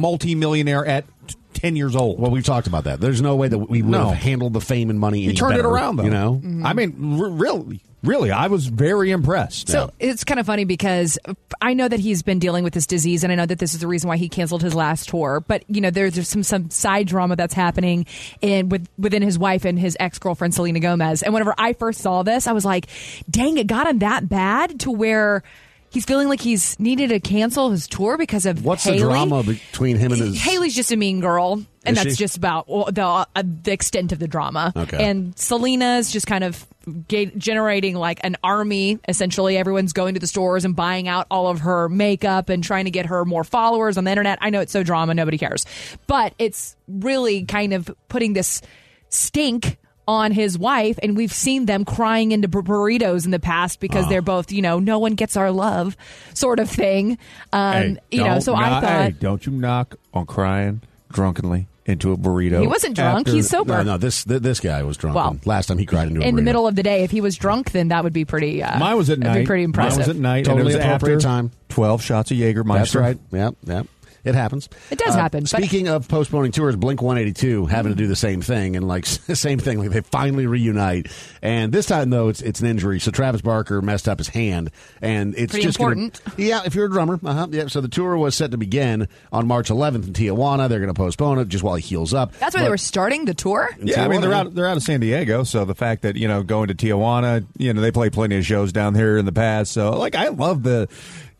S5: multi-millionaire at t- ten years old.
S4: Well, we've talked about that. There's no way that we would
S5: No.
S4: have handled the fame and money.
S5: He
S4: any
S5: turned it
S4: better,
S5: around, though.
S4: You know,
S5: I mean, r- really, really, I was very impressed.
S6: So it's kind of funny because I know that he's been dealing with this disease, and I know that this is the reason why he canceled his last tour. But you know, there's, there's some some side drama that's happening in with within his wife and his ex girlfriend Selena Gomez. And whenever I first saw this, I was like, "Dang, it got him that bad to where." He's feeling like he's needed to cancel his tour because of
S4: what's
S6: Haley.
S4: the drama between him and his?
S6: Haley's just a mean girl, and
S4: Is
S6: that's
S4: she?
S6: just about well, the uh, the extent of the drama.
S4: Okay.
S6: And Selena's just kind of ga- generating like an army. Essentially, everyone's going to the stores and buying out all of her makeup and trying to get her more followers on the internet. I know it's so drama, nobody cares, but it's really kind of putting this stink. On his wife, and we've seen them crying into bur- burritos in the past because
S13: Ah.
S6: they're both, you know, no one gets our love, sort of thing. Um,
S5: Hey,
S6: you know,
S5: don't
S6: so I
S5: knock-
S6: thought,
S5: hey, don't you knock on crying drunkenly into a burrito?
S6: He wasn't drunk, he's sober.
S4: No, no, this th- this guy was drunk.
S6: Well,
S4: last time he cried into a
S6: in the
S4: burrito.
S6: middle of the day. If he was drunk, then that would be pretty. Uh,
S5: Mine was at
S6: that'd
S5: night.
S6: Be pretty impressive.
S5: Mine was at night. and it
S4: Totally
S5: was
S4: appropriate
S5: after
S4: time.
S5: Twelve shots of Jägermeister.
S4: That's right. Yep, yep. It happens. Uh,
S6: It does happen, but-
S4: Speaking of postponing tours, Blink 182 having to do the same thing and like same thing. Like they finally reunite, and this time though it's it's an injury. So Travis Barker messed up his hand, and it's
S6: Pretty
S4: just gonna-
S6: important.
S4: yeah, if you're a drummer, uh-huh, yeah. So the tour was set to begin on March 11th in Tijuana. They're going to postpone it just while he heals up.
S6: That's why
S4: But-
S6: they were starting the tour.
S5: Yeah, I mean they're out they're out of San Diego, so the fact that you know going to Tijuana, you know they play plenty of shows down here in the past. So like I love the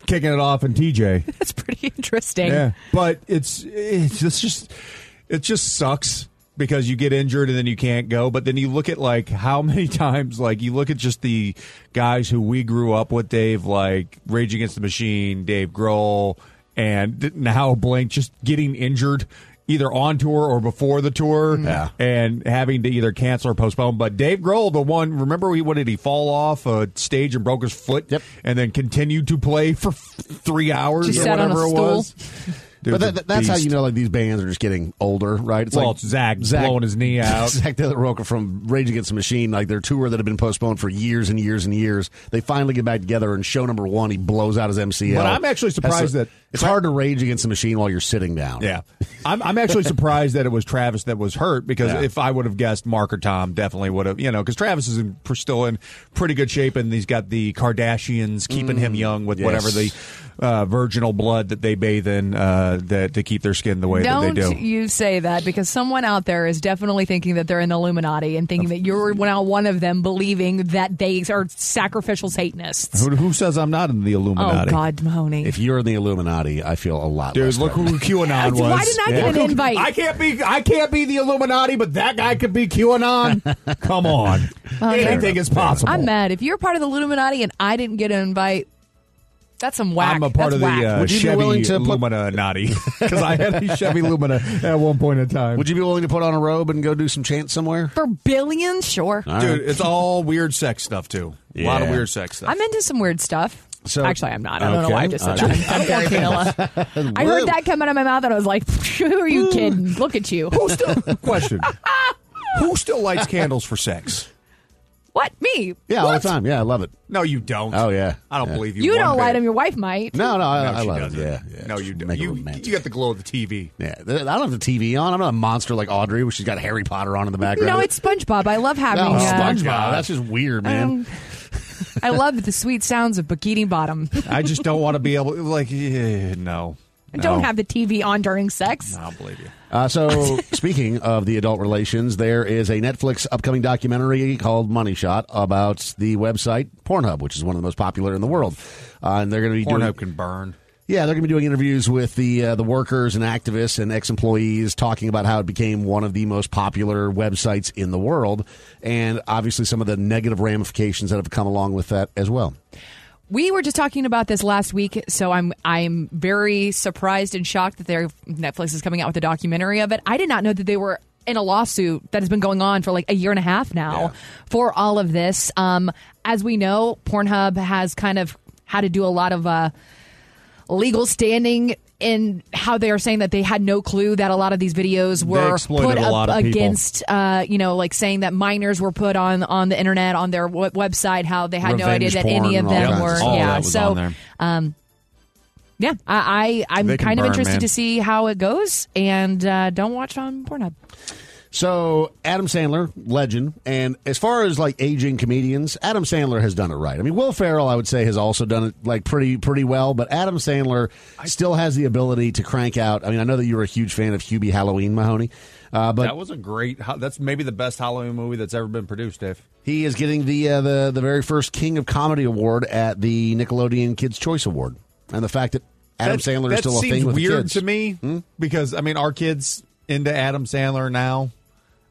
S5: kicking it off in TJ.
S6: That's pretty interesting.
S5: Yeah, but it's it's just, just it just sucks because you get injured and then you can't go. But then you look at like how many times like you look at just the guys who we grew up with, Dave, like Rage Against the Machine, Dave Grohl, and now Blink just getting injured. Either on tour or before the tour,
S4: Yeah.
S5: and having to either cancel or postpone. But Dave Grohl, the one, remember, he what did he fall off a stage and broke his foot, yep. and then continued to play for three hours
S6: Just
S5: or
S6: sat on a
S5: whatever it
S6: stool.
S5: was.
S4: but that, that- that's how you
S5: know.
S4: know like these bands are just getting older, right?
S5: Well,
S4: like
S5: it's Zach blowing his knee out.
S4: Zach De La Roca from Rage Against the Machine, like their tour that had been postponed for years and years and years. They finally get back together, and show number one, he blows out his MCL.
S5: But I'm actually surprised
S4: That's a-
S5: that-
S4: it's hard to rage against the machine while you're sitting down.
S5: Yeah, I'm, I'm actually surprised that it was Travis that was hurt because
S4: Yeah.
S5: if I would have guessed Mark or Tom, definitely would have. You know, because Travis is in, pr- still in pretty good shape, and he's got the Kardashians keeping him young with
S4: yes.
S5: whatever the uh, virginal blood that they bathe in uh, that to keep their skin the way
S6: Don't
S5: that they do.
S6: you say that because someone out there is definitely thinking that they're in the Illuminati and thinking that you're now one of them, believing that they are sacrificial Satanists.
S5: Who, who says I'm not in the Illuminati?
S6: Oh God, Mahoney!
S4: If you're in the Illuminati, I feel a lot.
S5: Dude,
S4: less
S5: look who
S4: threatened.
S5: QAnon was.
S6: Why didn't I get
S5: Look
S6: an
S5: who-
S6: invite?
S5: I can't be. I can't be the Illuminati, but that guy could be QAnon. Come on,
S6: Mahoney,
S5: anything is possible.
S6: I'm mad. If you're part of the Illuminati and I didn't get an invite, that's some whack.
S5: I'm a part
S6: that's
S5: of the
S6: whack.
S5: uh,
S4: Would you be
S5: Chevy
S4: willing to put-
S5: Lumina Naughty because I had a Chevy Lumina at one point in time.
S4: Would you be willing to put on a robe and go do some chants somewhere?
S6: for billions, sure.
S4: All
S5: Dude,
S4: right.
S5: it's all weird sex stuff too. A lot of
S4: Yeah.
S5: weird sex stuff.
S6: I'm into some weird stuff.
S4: So-
S6: Actually, I'm not. I don't know why I
S4: Okay.
S6: just said
S4: Uh,
S6: that. I'm very vanilla. I heard that come out of my mouth, and I was like, "Who are
S4: Mm.
S6: you kidding? Look at you."
S5: Who still question? Who still lights candles for sex?
S6: What? Me?
S4: Yeah, all
S6: What?
S4: the time. Yeah, I love it.
S5: No, you don't.
S4: Oh yeah,
S5: I don't
S4: Yeah.
S5: believe
S6: You don't lie to him. Your wife might.
S4: No, no, I,
S5: No,
S4: I
S5: she
S4: love
S5: doesn't.
S4: it. Yeah, yeah.
S5: No, you don't. You, you got the glow of the TV.
S4: Yeah, th- I don't have the TV on. I'm not a monster like Audrey, where she's got Harry Potter on in the background.
S6: No, it's SpongeBob. I love
S4: no, oh,
S6: having uh,
S4: SpongeBob. That's just weird, man.
S6: um, I love the sweet sounds of Bikini Bottom.
S5: I just don't want to be able like eh, no.
S6: I don't
S5: no.
S6: have the TV on during sex.
S5: I don't believe you.
S4: Uh, so, speaking of the adult relations, there is a Netflix upcoming documentary called Money Shot about the website Pornhub, which is one of the most popular in the world. Uh, and they're going to be doing,
S5: Pornhub can burn.
S4: yeah, they're going to be doing interviews with the uh, the workers and activists and ex employees, talking about how it became one of the most popular websites in the world, and obviously some of the negative ramifications that have come along with that as well.
S6: We were just talking about this last week, so I'm I'm very surprised and shocked that their Netflix is coming out with a documentary of it. I did not know that they were in a lawsuit that has been going on for like a year and a half now for all of this. Um, as we know, Pornhub has kind of had to do a lot of uh, legal standing in how they are saying that they had no clue that a lot of these videos were
S5: exploited
S6: put
S5: a
S6: up
S5: lot of people.
S6: against uh, you know like saying that minors were put on on the internet on their w- website how they had no idea
S4: Revenge
S6: that
S4: porn
S6: any of
S4: and all
S6: them
S4: kinds of
S6: were
S4: stuff. All
S6: yeah
S4: that was
S6: so
S4: on there.
S6: um yeah i, I i'm
S4: They can
S6: kind of
S4: burn,
S6: interested
S4: man.
S6: to see how it goes and uh, don't watch on pornhub
S4: So Adam Sandler, legend, and as far as like aging comedians, Adam Sandler has done it right. I mean, Will Ferrell, I would say, has also done it like pretty pretty well, but Adam Sandler still has the ability to crank out. I mean, I know that you were a huge fan of Hubie Halloween Mahoney, uh, but
S5: that was a great. ho- That's maybe the best Halloween movie that's ever been produced, Dave.
S4: he is getting the uh, the the very first King of Comedy award at the Nickelodeon Kids Choice Award, and the fact that Adam
S5: That-
S4: Sandler is
S5: that
S4: still a
S5: seems
S4: thing with the
S5: weird
S4: kids. Hmm?
S5: to me because I mean our kids into Adam Sandler now.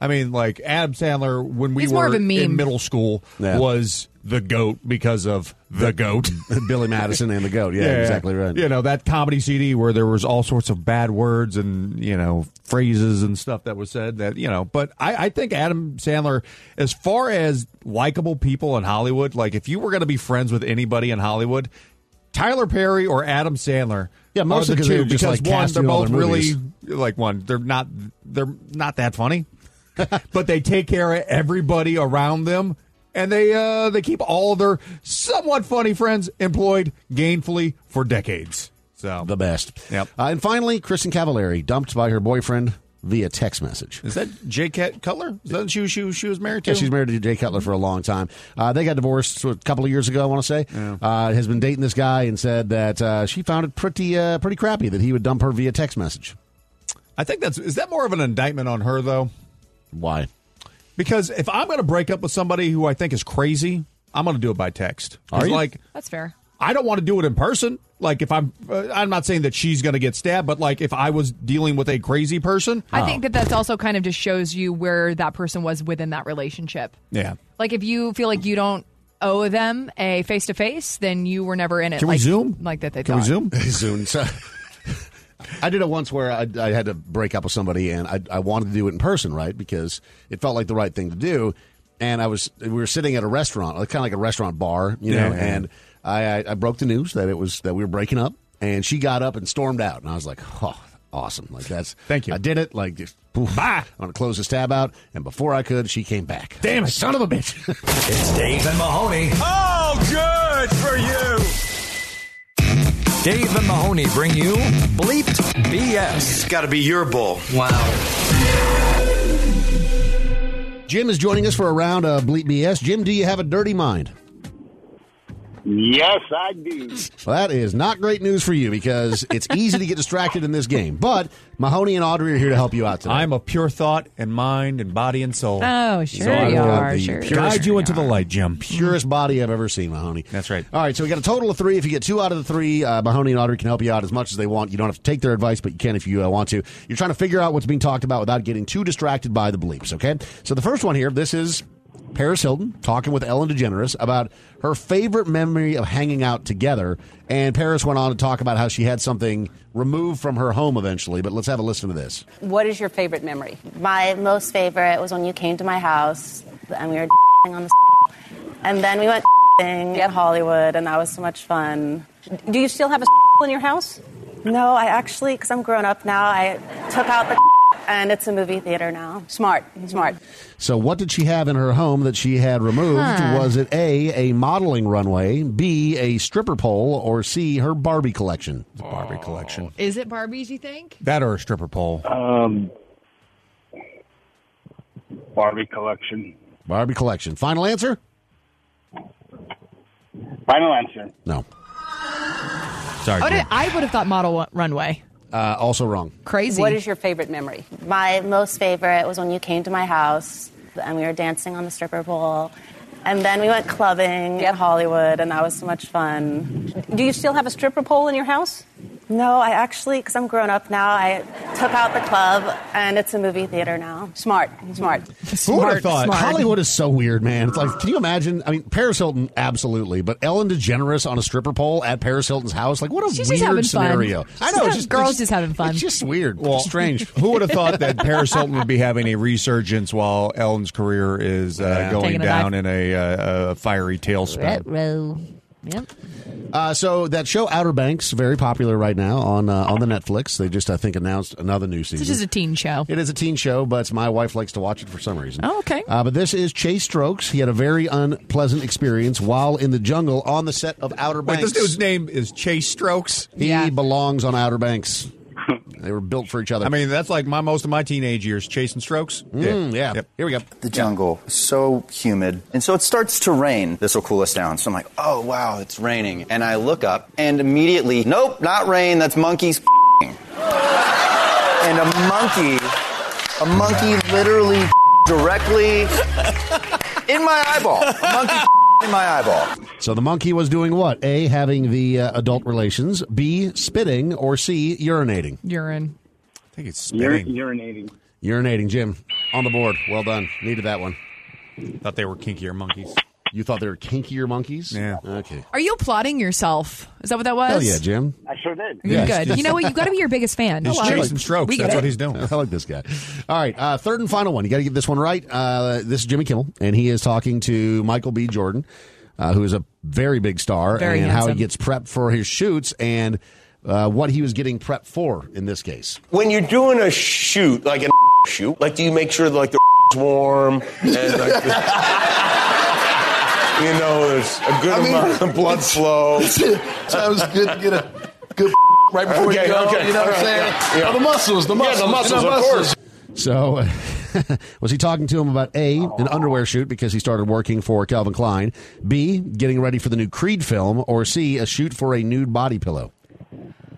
S5: I mean, like Adam Sandler when we
S6: He's
S5: were
S6: more of a meme.
S5: in middle school
S4: Yeah.
S5: was the goat because of the goat,
S4: Billy Madison and the Goat. Yeah, exactly right.
S5: You know that comedy CD where there was all sorts of bad words and you know phrases and stuff that was said that you know. But I, I think Adam Sandler, as far as likable people in Hollywood, like if you were going to be friends with anybody in Hollywood, Tyler Perry or Adam Sandler.
S4: Yeah, most
S5: are
S4: of
S5: the
S4: the-
S5: two
S4: they're just,
S5: because
S4: like,
S5: one,
S4: casting
S5: they're
S4: all
S5: both
S4: their
S5: really
S4: movies.
S5: like one. They're not they're not that funny, but they take care of everybody around them, and they uh, they keep all their somewhat funny friends employed gainfully for decades. So
S4: the best.
S5: Yep.
S4: Uh, and finally, Kristen Cavallari dumped by her boyfriend via text message.
S5: Is that J. Cat Cutler? Is that she, she, she was married to?
S4: Yeah, she's married to Jay Cutler for a long time. Uh, they got divorced a couple of years ago, I want to say. Uh, has been dating this guy and said that uh, she found it pretty uh, pretty crappy that he would dump her via text message.
S5: I think that's is that more of an indictment on her though?
S4: Why?
S5: Because if I'm going to break up with somebody who I think is crazy, I'm going to do it by text. 'Cause,
S4: Are you?
S5: Like
S6: that's fair
S5: I don't want to do it in person. Like if I'm, uh, I'm not saying that she's going to get stabbed, but like if I was dealing with a crazy person,
S6: i think that that's also kind of just shows you where that person was within that relationship
S5: yeah.
S6: like if you feel like you don't owe them a face-to-face then you were never in it
S5: Can we
S6: like-
S5: zoom?
S6: like that they
S5: Can we
S6: thought.
S5: zoom?
S4: Soon. So, I did it once where I, I had to break up with somebody and I, I wanted to do it in person, right? Because it felt like the right thing to do. And I was we were sitting at a restaurant, kind of like a restaurant bar, you know.
S5: Yeah.
S4: And I, I, I broke the news that it was that we were breaking up, and she got up and stormed out, and I was like, oh. Awesome! Like that's
S5: Thank you.
S4: I did it. Like just, poof, I'm gonna close this tab out, and before I could, she came back.
S5: Damn it.
S4: son of a bitch!
S3: It's Dave and Mahoney.
S8: Oh, good for you.
S3: Dave and Mahoney bring you Bleeped BS. It's got to be your bull. Wow.
S4: Jim is joining us for a round of bleep BS. Jim, do you have a dirty mind?
S14: Yes, I do.
S4: Well, that is not great news for you because it's easy to get distracted in this game. But Mahoney and Audrey are here to help you out today.
S5: I'm a pure thought and mind and body and soul.
S6: Oh, sure
S5: I
S6: you
S5: will
S6: are,
S5: the
S6: sure you
S5: guide you
S6: are.
S5: into the light, Jim.
S4: Purest body I've ever seen, Mahoney.
S5: That's right.
S4: All right, so we got a total of three. If you get two out of the three, uh, Mahoney and Audrey can help you out as much as they want. You don't have to take their advice, but you can if you uh, want to. You're trying to figure out what's being talked about without getting too distracted by the bleeps, okay? So the first one here, this is Paris Hilton talking with Ellen DeGeneres about her favorite memory of hanging out together. And Paris went on to talk about how she had something removed from her home eventually, but let's have a listen to this.
S15: What is your favorite memory? My most favorite was when you came to my house and we were on the and then we went at Hollywood and that was so much fun. Do you still have a in your house? No, I actually, because I'm grown up now, I took out the and it's a movie theater now. Smart, smart.
S4: So, what did she have in her home that she had removed?
S15: Huh.
S4: Was it A, a modeling runway, B, a stripper pole, or C, her Barbie collection?
S5: Barbie collection.
S6: Is it Barbies, you think?
S5: That or a stripper pole? Um,
S16: Barbie collection.
S4: Barbie collection. Final answer?
S16: Final answer.
S4: No.
S5: Sorry.
S6: I would have, I would have thought model wa- runway.
S4: Uh, also wrong.
S6: Crazy.
S15: What is your favorite memory? My most favorite was when you came to my house and we were dancing on the stripper pole. And then we went clubbing at Hollywood, and that was so much fun. Do you still have a stripper pole in your house? No, I actually, because I'm grown up now, I took out the club, and it's a movie theater now. Smart, smart.
S4: Who would have thought? Hollywood is so weird, man. It's like, can you imagine? I mean, Paris Hilton, absolutely, but Ellen DeGeneres on a stripper pole at Paris Hilton's house, like, what a
S6: She's
S4: weird
S6: just having
S4: scenario.
S6: fun.
S4: I
S6: She's
S4: know, it's
S6: having-
S4: just
S6: girls
S4: it's-
S6: just having fun.
S4: It's just weird, strange.
S5: Who would have thought that Paris Hilton would be having a resurgence while Ellen's career is uh,
S4: Yeah.
S5: going
S4: Taking a
S5: down in
S4: dive.
S5: a, uh, a fiery tailspin?
S6: Retro. Yep.
S4: Uh, so that show Outer Banks, very popular right now on uh, on the Netflix. They just, I think, announced another new season.
S6: This is a teen show.
S4: It is a teen show, but my wife likes to watch it for some reason.
S6: Oh, okay.
S4: Uh, but this is Chase Strokes. He had a very unpleasant experience while in the jungle on the set of Outer
S5: Wait, this
S4: Banks.
S5: dude's name is Chase Strokes.
S4: He belongs on Outer Banks. they were built for each other.
S5: I mean, that's like my most of my teenage years, chasing strokes.
S4: Mm, yeah. Here we go.
S17: The jungle, so humid. And so it starts to rain. This will cool us down. So I'm like, oh, wow, it's raining. And I look up and immediately, nope, not rain, that's monkeys. and a monkey, a monkey literally directly in my eyeball. A monkey in my eyeball.
S4: So the monkey was doing what? A, having the uh, adult relations, B, spitting, or C, urinating.
S6: Urine.
S5: I think it's
S16: Ur- urinating.
S4: Urinating, Jim. On the board. Well done. Needed that one.
S5: Thought they were kinkier monkeys.
S4: You thought they were kinkier monkeys? Yeah. Okay.
S6: Are you applauding yourself? Is that what that was?
S4: Hell yeah, Jim.
S16: I sure did.
S6: You're good. You know what? You've got to be your biggest fan.
S4: He's
S6: Hello.
S4: chasing strokes.
S6: We get
S4: That's
S6: it.
S4: what he's doing. I like this guy. All right, uh, third and final one. You got to get this one right. Uh, this is Jimmy Kimmel, and he is talking to Michael B. Jordan, uh, who is a very big star,
S6: Very
S4: and how he
S6: handsome.
S4: gets prepped for his shoots and uh, what he was getting prepped for in this case.
S9: When you're doing a shoot, like an shoot, like do you make sure like the warm and like the- you know there's a good
S12: I mean-
S9: amount of blood flow.
S12: Sometimes good to get a good right before
S9: Okay,
S12: you go.
S9: okay.
S12: You know what I'm
S9: All right,
S12: saying?
S9: yeah, yeah.
S12: Oh, the muscles, the
S9: Yeah,
S12: muscles,
S9: the muscles,
S12: you know,
S9: of course.
S4: So, was he talking to him about A, an underwear shoot because he started working for Calvin Klein, B, getting ready for the new Creed film, or C, a shoot for a nude body pillow?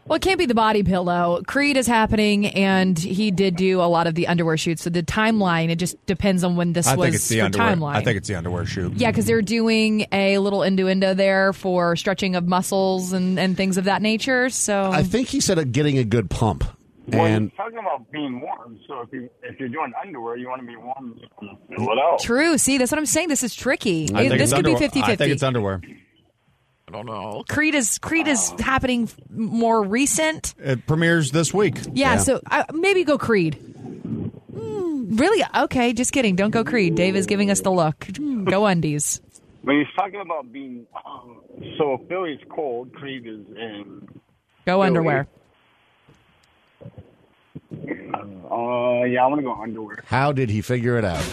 S6: Well, it can't be the body pillow. Creed is happening, and he did do a lot of the underwear shoots. So the timeline, it just depends on when this
S5: I
S6: was
S5: think it's the
S6: for
S5: underwear.
S6: timeline.
S5: I think it's the underwear shoot.
S6: Yeah, because they're doing a little innuendo there for stretching of muscles and, and things of that nature. So
S4: I think he said uh, getting a good pump.
S16: Well,
S4: And
S16: you're talking about being warm, so if you if you're doing underwear, you want to be warm. You want to fill it out.
S6: true. See, that's what I'm saying. This is tricky.
S5: I
S6: It-
S5: think
S6: this
S5: it's
S6: could
S5: underwear.
S6: be 50
S5: I think
S6: 50.
S5: it's underwear. I don't know.
S6: Creed is Creed is happening f- more recent.
S5: It premieres this week.
S6: Yeah, so uh, maybe go Creed. Mm, really? Okay, just kidding. Don't go Creed. Dave is giving us the look. Mm, Go Undies.
S16: When he's talking about being um, so Philly's cold, Creed is in.
S6: Go underwear.
S16: Uh, yeah, I want to go underwear.
S4: how did he figure it out?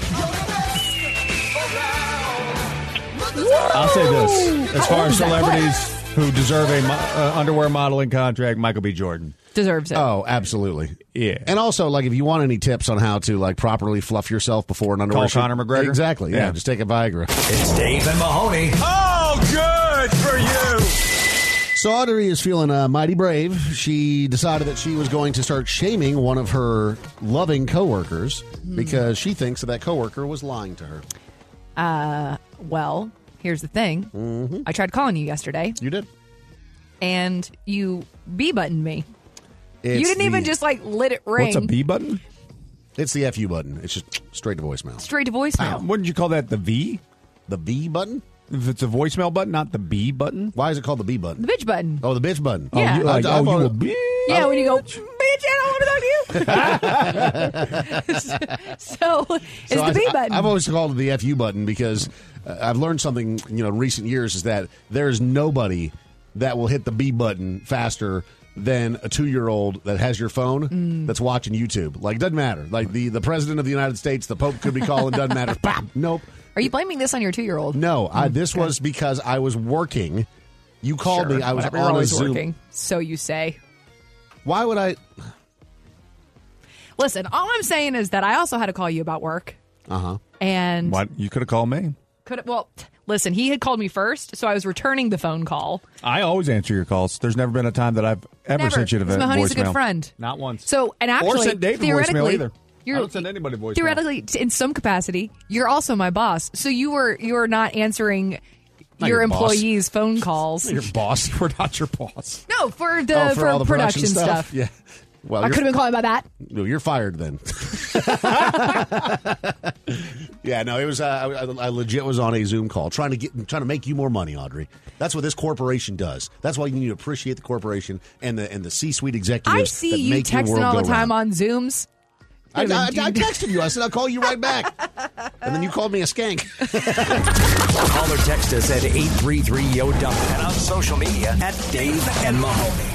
S5: I'll say this: as
S6: How
S5: far
S6: old
S5: as
S6: is that?
S5: celebrities who deserve a mo- uh, underwear modeling contract, Michael B. Jordan.
S6: Deserves it.
S4: Oh, absolutely.
S5: Yeah.
S4: And also, like, if you want any tips on how to like properly fluff yourself before an underwear,
S5: Call
S4: shoot-
S5: Conor McGregor?
S4: Exactly. Yeah.
S5: Yeah.
S4: Just take a Viagra.
S18: It's Dave and Mahoney.
S3: Oh, good for you.
S4: So Audrey is feeling uh, mighty brave. She decided that she was going to start shaming one of her loving coworkers
S6: Hmm.
S4: because she thinks that that coworker was lying to her.
S6: Uh, well, here's the thing.
S4: Mm-hmm.
S6: I tried calling you yesterday.
S4: You did.
S6: And you B buttoned me. you
S4: It's
S6: didn't even
S4: the-
S6: just like let it ring.
S4: button? It's the FU button. It's just straight to voicemail.
S6: Straight to voicemail.
S5: Wouldn't you call that the V?
S4: The V button?
S5: If it's a voicemail button, not the B button.
S4: Why is it called the B button?
S6: The bitch button.
S4: Oh, the bitch button.
S6: Yeah.
S4: Oh, you,
S6: Like,
S4: I, I
S6: oh, you
S4: thought-
S6: a Yeah, when you go, bitch, I don't want to talk to you. so, it's
S4: So
S6: the B
S4: I,
S6: button.
S4: I, have always called it the FU button because uh, I've learned something, you know, in recent years is that there is nobody that will hit the B button faster than a two year old that has your phone
S6: Mm.
S4: that's watching YouTube. Like, doesn't matter. Like, the, the president of the United States, the Pope could be calling, doesn't matter. Bam! Nope.
S19: Are you blaming this on your two year old?
S4: No, I,
S6: Mm,
S4: this was because I was working. You called me. I was
S19: Whatever, you're
S4: on a
S19: always
S4: Zoom.
S19: working. So you say.
S4: Why would
S6: Uh,
S4: I?
S6: Listen, all I'm saying is that I also had to call you about work,
S4: Uh huh.
S6: and
S5: What you could have called me.
S6: could well listen. He had called me first, so I was returning the phone call.
S5: I always answer your calls. There's never been a time that I've ever
S6: Never.
S5: sent you a
S6: Because
S5: voicemail.
S6: Mahoney's a good friend.
S5: Not once.
S6: So, and actually,
S5: or sent David voicemail
S6: theoretically,
S5: either.
S6: You're,
S5: I don't send anybody voicemail.
S6: Theoretically, t- in some capacity, you're also my boss. So you were you are not answering
S5: Not
S6: your,
S5: your boss.
S6: employees' phone calls.
S5: Your boss. We're not your boss.
S6: no, for the
S4: oh,
S6: for,
S4: for, all the
S6: production, stuff.
S4: Yeah. Well,
S6: I
S4: you're-
S6: could have been calling about that.
S4: No, you're fired then. yeah, no, it was. Uh, I, I legit was on a Zoom call trying to get, trying to make you more money, Audrey. That's what this corporation does. That's why you need to appreciate the corporation and the and the C-suite executives.
S6: I see
S4: that
S6: you
S4: make your
S6: texting
S4: world
S6: all the
S4: go
S6: time
S4: round.
S6: on Zooms.
S4: I,
S6: You're
S4: I,
S6: the
S4: I
S6: dude.
S4: texted you. I said I'll call you right back, and then you called me a skank.
S3: Call or text us at 833-YO-DUMP and on social media at Dave and Mahoney.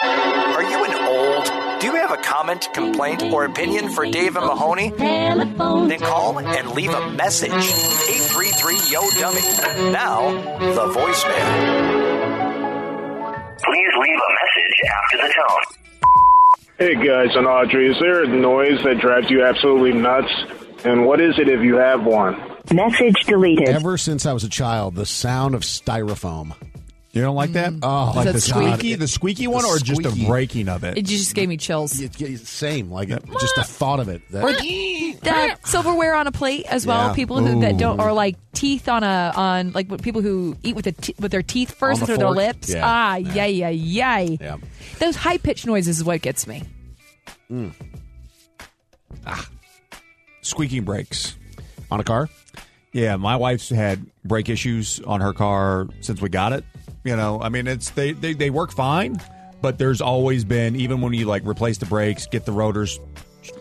S3: Are you an old? Do you have a comment, complaint, or opinion for Dave and Mahoney? Then call and leave a message. 833-YO-DUMMY. Now, the voicemail.
S9: Please leave a message after the tone.
S20: Hey guys, and Audrey, is there a noise that drives you absolutely nuts? And what is it if you have one?
S4: Message deleted. Ever since I was a child, the sound of styrofoam.
S5: You don't like
S6: Mm.
S5: that?
S4: Oh,
S5: Like the squeaky, the squeaky one, or just the breaking of
S6: It just gave me chills.
S4: Same, like it- just the thought of it. That,
S6: Or that silverware on a plate as well.
S4: Yeah.
S6: People who that don't
S4: Ooh.
S6: or like teeth on a on like what- people who eat with the t- with their teeth first
S4: On the
S6: instead of their
S4: fork?
S6: lips.
S4: Yeah.
S6: Ah, yay, yay, yay.
S4: Yeah.
S6: Those high pitched noises is what gets me.
S4: Mm.
S5: squeaking brakes
S4: on a car.
S5: Yeah, my wife's had brake issues on her car since we got it. You know, I mean, it's they they, they work fine, but there's always been even when you like replace the brakes, get the rotors,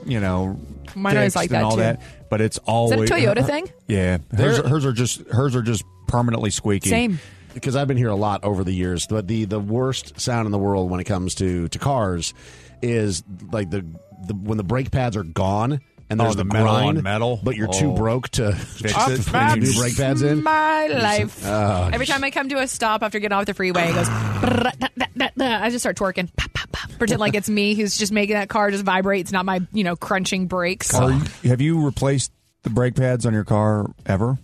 S5: you know,
S6: Mine always like
S5: fixed and
S6: that,
S5: all
S6: too.
S5: that. But it's
S6: Is
S5: always
S6: that a
S4: uh,
S6: Toyota thing?
S5: Yeah, hers, hers are just hers are just permanently squeaky.
S4: Because I've been here a lot over the years, but the the worst sound in the world when it comes to to cars is like the, the when the brake pads are gone and
S5: Oh,
S4: there's
S5: the
S4: the
S5: metal on
S4: grind,
S5: metal?
S4: but you're too
S5: Oh.
S4: broke to
S5: Fix
S4: to
S5: it.
S4: put new brake pads in.
S6: My
S4: It's-
S6: life.
S4: oh,
S6: Every time I come to a stop after getting off the freeway, it goes. brrrr, da, da, da, da. I just start twerking, pop, pop, pop. pretend like it's me who's just making that car just vibrate. It's not my you know crunching brakes.
S5: Are you, have you replaced the brake pads on your car ever?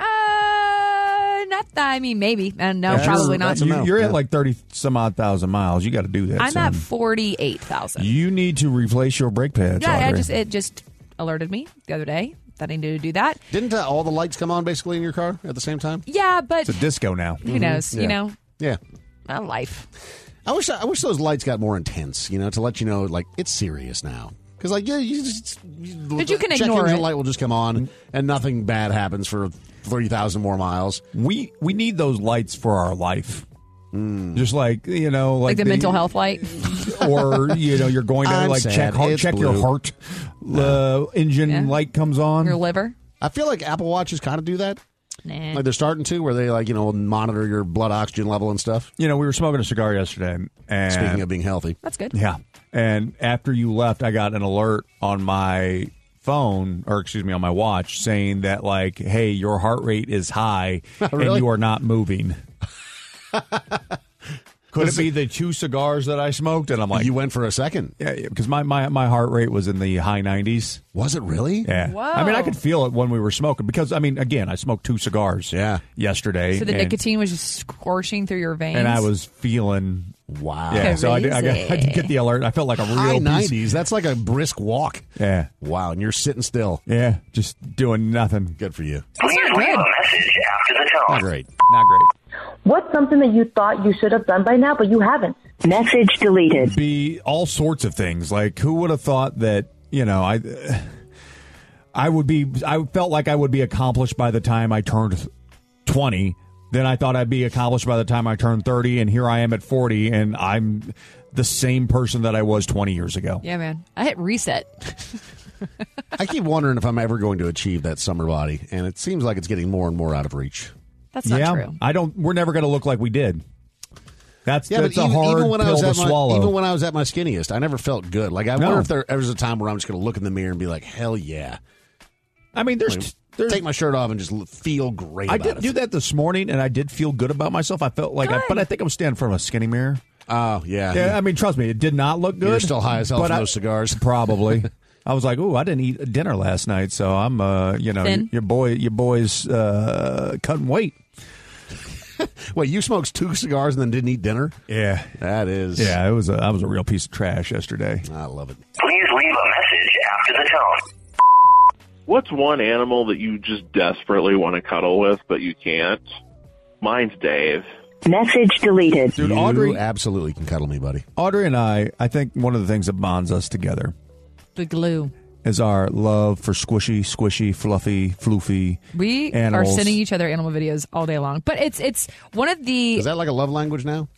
S6: Uh, not that. I mean, maybe. And no, probably not.
S5: You, you're at like thirty some odd thousand miles. You got to do that.
S6: I'm
S5: soon.
S6: at forty-eight thousand.
S5: You need to replace your brake pads.
S6: Yeah, I
S5: Audrey.
S6: just it just alerted me the other day that I needed to do that.
S4: Didn't uh, all the lights come on basically in your car at the same time?
S6: Yeah, but
S5: it's a disco now.
S6: who knows?
S4: Yeah.
S6: You know,
S4: Yeah.
S6: my life.
S4: I wish I wish those lights got more intense, you know, to let you know like it's serious now. Because like yeah, you just
S6: But you can
S4: check
S6: ignore
S4: engine
S6: it.
S4: light will just come on and nothing bad happens for three thousand more miles.
S5: We we need those lights for our life. Just like you know, like,
S6: Like, the, mental health light.
S5: or you know, you're going to
S4: I'm
S5: like
S4: sad.
S5: check heart,
S4: It's
S5: check your
S4: blue.
S5: heart uh, engine light comes on.
S6: Your liver.
S4: I feel like Apple Watches kind of do that.
S6: Nah.
S4: Like they're starting to, where they like you know monitor your blood oxygen level and stuff.
S5: You know, we were smoking a cigar yesterday, and
S4: Speaking of being healthy,
S6: That's good.
S5: Yeah. And after you left, I got an alert on my phone, or excuse me, on my watch, saying that like, "Hey, your heart rate is high, and
S4: Really?
S5: you are not moving." Could it be the two cigars that I smoked? And I'm like,
S4: you went for a second.
S5: Yeah, because my, my my heart rate was in the high 90s.
S4: Was it really?
S5: Yeah. I mean, I could feel it when we were smoking because I mean, again, I smoked two cigars. Yeah. Yesterday.
S6: So the
S5: and-
S6: nicotine was just scorching through your veins.
S5: and I was feeling
S4: wow.
S5: Yeah, so I did, I, got, I did get the alert. I felt like a real
S4: High
S5: piece.
S4: nineties. That's like a brisk walk.
S5: Yeah,
S4: Wow, and you're sitting still.
S5: yeah, just doing nothing.
S4: Good for you.
S9: Please leave a message after the tone.
S4: Not great.
S5: Not great.
S15: What's something that you thought you should have done by now, but you haven't? Message deleted.
S5: Be all sorts of things. Like who would have thought that? You know, I I would be. I felt like I would be accomplished by the time I turned twenty. Then I thought I'd be accomplished by the time I turned thirty, and here I am at forty, and I'm the same person that I was twenty years ago.
S6: yeah, man. I hit reset.
S4: I keep wondering if I'm ever going to achieve that summer body, and it seems like it's getting more and more out of reach.
S6: That's not
S5: yeah,
S6: true.
S5: I don't. We're never going to look like we did. That's
S4: yeah,
S5: that's
S4: but
S5: a
S4: even,
S5: hard
S4: even when I
S5: pill
S4: was
S5: to
S4: at my,
S5: swallow.
S4: Even when I was at my skinniest, I never felt good. Like I
S5: No.
S4: wonder if there ever was a time where I'm just going to look in the mirror and be like, "Hell yeah!"
S5: I mean, there's,
S4: take my shirt off and just l- feel great.
S5: I
S4: about
S5: did
S4: it.
S5: do that this morning, and I did feel good about myself. I felt like, I, but I think I'm standing in front of a skinny mirror.
S4: Oh yeah,
S5: Yeah, I mean, trust me, it did not look good.
S4: You're still high as hell
S5: but
S4: from
S5: I-
S4: those cigars.
S5: Probably. I was like, "Ooh, I didn't eat dinner last night, so I'm, uh, you know,
S4: Thin.
S5: your boy, your boy's uh, cutting weight."
S4: Wait, you smoked two cigars and then didn't eat dinner?
S5: Yeah,
S4: that is.
S5: Yeah, it was. A, I was a real piece of trash yesterday.
S4: I love it.
S9: Please leave a message after the tone.
S21: What's one animal that you just desperately want to cuddle with but you can't? Mine's Dave.
S10: Message deleted.
S5: Dude, Audrey,
S4: absolutely can cuddle me, buddy.
S5: Audrey and I, I think one of the things that bonds us together
S6: The glue.
S5: is our love for squishy, squishy, fluffy, floofy.
S6: We
S5: animals.
S6: are sending each other animal videos all day long, but it's it's one of the. Is
S4: that like a love language now?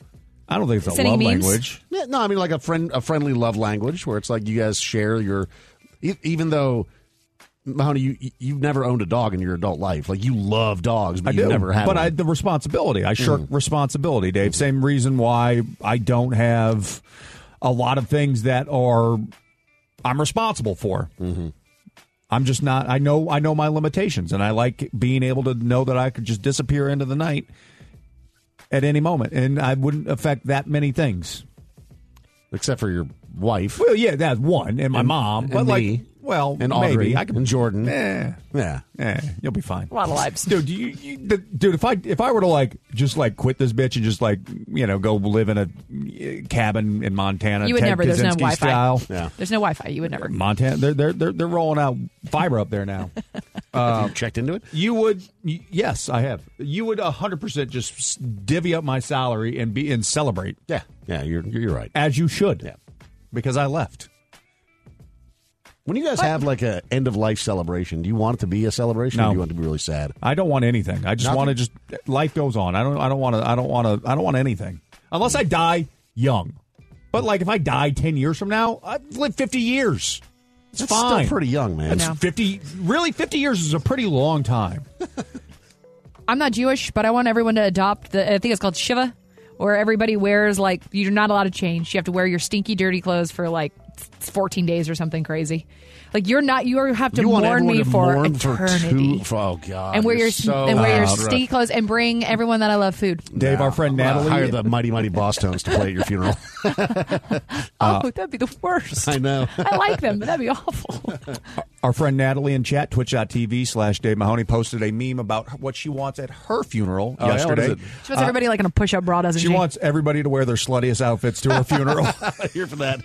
S5: I don't think it's a
S6: Sending
S5: love
S6: memes?
S5: language.
S4: Yeah, no, I mean like a friend, a friendly love language where it's like you guys share your, e- even though. Mahoney, you you've never owned a dog in your adult life. Like you love dogs, but
S5: I
S4: you've
S5: do,
S4: never had.
S5: but
S4: one. Mm.
S5: I the responsibility. I shirk responsibility, Dave. Same reason why I don't have a lot of things that are I'm responsible for.
S4: Mm-hmm.
S5: I'm just not. I know. I know my limitations, and I like being able to know that I could just disappear into the night at any moment, and I wouldn't affect that many things.
S4: except for your wife.
S5: Well, yeah, that's one, and my
S4: And-
S5: mom.
S4: and
S5: but like,
S4: me.
S5: well,
S4: And
S5: maybe
S4: Audrey.
S5: I can,
S4: And Jordan.
S5: Eh.
S4: yeah,
S5: yeah, you'll be fine.
S6: A lot of lives,
S5: dude. You, you, the, dude, if I if I were to like just like quit this bitch and just like you know go live in a uh, cabin in Montana,
S6: you would
S5: Ted
S6: never. There's no
S5: Kaczynski
S6: Wi-Fi.
S5: style.
S6: There's no Wi-Fi. You would never.
S5: Montana, they're they're they're, they're rolling out fiber up there now. Uh,
S4: checked into it?
S5: You would, y- yes, I have. You would hundred percent just s- divvy up my salary and be and celebrate.
S4: Yeah, yeah, you're you're right.
S5: As you should. Yeah, because I left.
S4: When you guys have like a end of life celebration, do you want it to be a celebration? or
S5: No.
S4: do you want it to be really sad?
S5: I don't want anything. I just
S4: Nothing?
S5: want to just life goes on. I don't. I don't want to. I don't want to. I don't want anything unless I die young. But like if I die ten years from now, I've lived fifty years. It's
S4: That's still
S5: fine.
S4: pretty young, man.
S5: That's
S4: No.
S5: fifty. Really, fifty years is a pretty long time.
S6: I'm not Jewish, but I want everyone to adopt the. I think it's called Shiva, where everybody wears like you're not allowed to change. You have to wear your stinky, dirty clothes for like 14 days or something crazy. Like you're not. You are- have to
S4: you want
S6: mourn
S4: everyone
S6: me
S4: to
S6: for
S4: mourn for
S6: eternity.
S4: two? For, oh God!
S6: and wear
S4: you're
S6: your
S4: so
S6: and wear your
S4: loud.
S6: stinky clothes and bring everyone that I love food.
S5: Dave, our friend
S4: I'm gonna
S5: Natalie-
S4: hire the mighty mighty boss tones to play at your funeral.
S6: oh, that'd be the worst.
S4: Uh, I know.
S6: I like them, but that'd be awful.
S5: Our friend Natalie in chat, twitch.tv slash Dave Mahoney, posted a meme about what she wants at her funeral
S6: Oh, yeah? What
S5: yesterday.
S6: is it? She wants everybody like in a push-up bra, doesn't
S5: She
S6: she?
S5: wants everybody to wear their sluttiest outfits to her funeral.
S4: Here for that.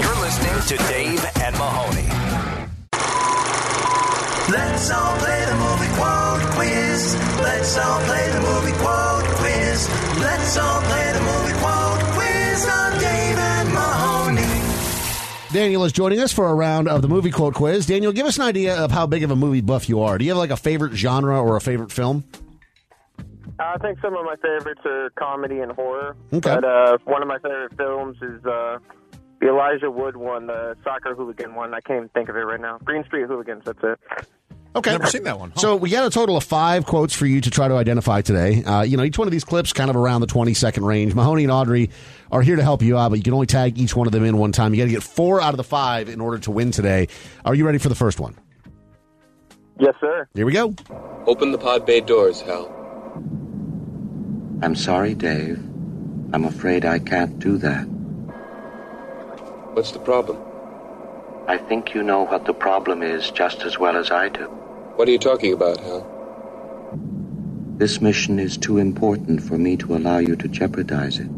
S3: You're listening to Dave and Mahoney. Let's all play the movie quote quiz. Let's all play the movie quote quiz. Let's all play the movie quote quiz on Dave and Mahoney.
S4: Daniel is joining us for a round of the movie quote quiz. Daniel, give us an idea of how big of a movie buff you are. Do you have like a favorite genre or a favorite film?
S16: Uh, I think some of my favorites are comedy and horror.
S4: Okay.
S16: But uh, one of my favorite films is uh, the Elijah Wood one, the soccer hooligan one. I can't even think of it right now. Green Street Hooligans, that's it.
S4: Okay.
S16: Never seen that one, huh?
S4: So we got a total of five quotes for you to try to identify today. Uh, you know, each one of these clips kind of around the 20 second range. Mahoney and Audrey are here to help you out, but you can only tag each one of them in one time. You got to get four out of the five in order to win today. Are you ready for the first one?
S16: Yes, sir.
S4: Here we go.
S22: Open the pod bay doors, Hal.
S23: I'm sorry, Dave. I'm afraid I can't do that.
S22: What's the problem?
S23: I think you know what the problem is just as well as I do.
S22: What are you talking about, Hal?
S23: This mission is too important for me to allow you to jeopardize it.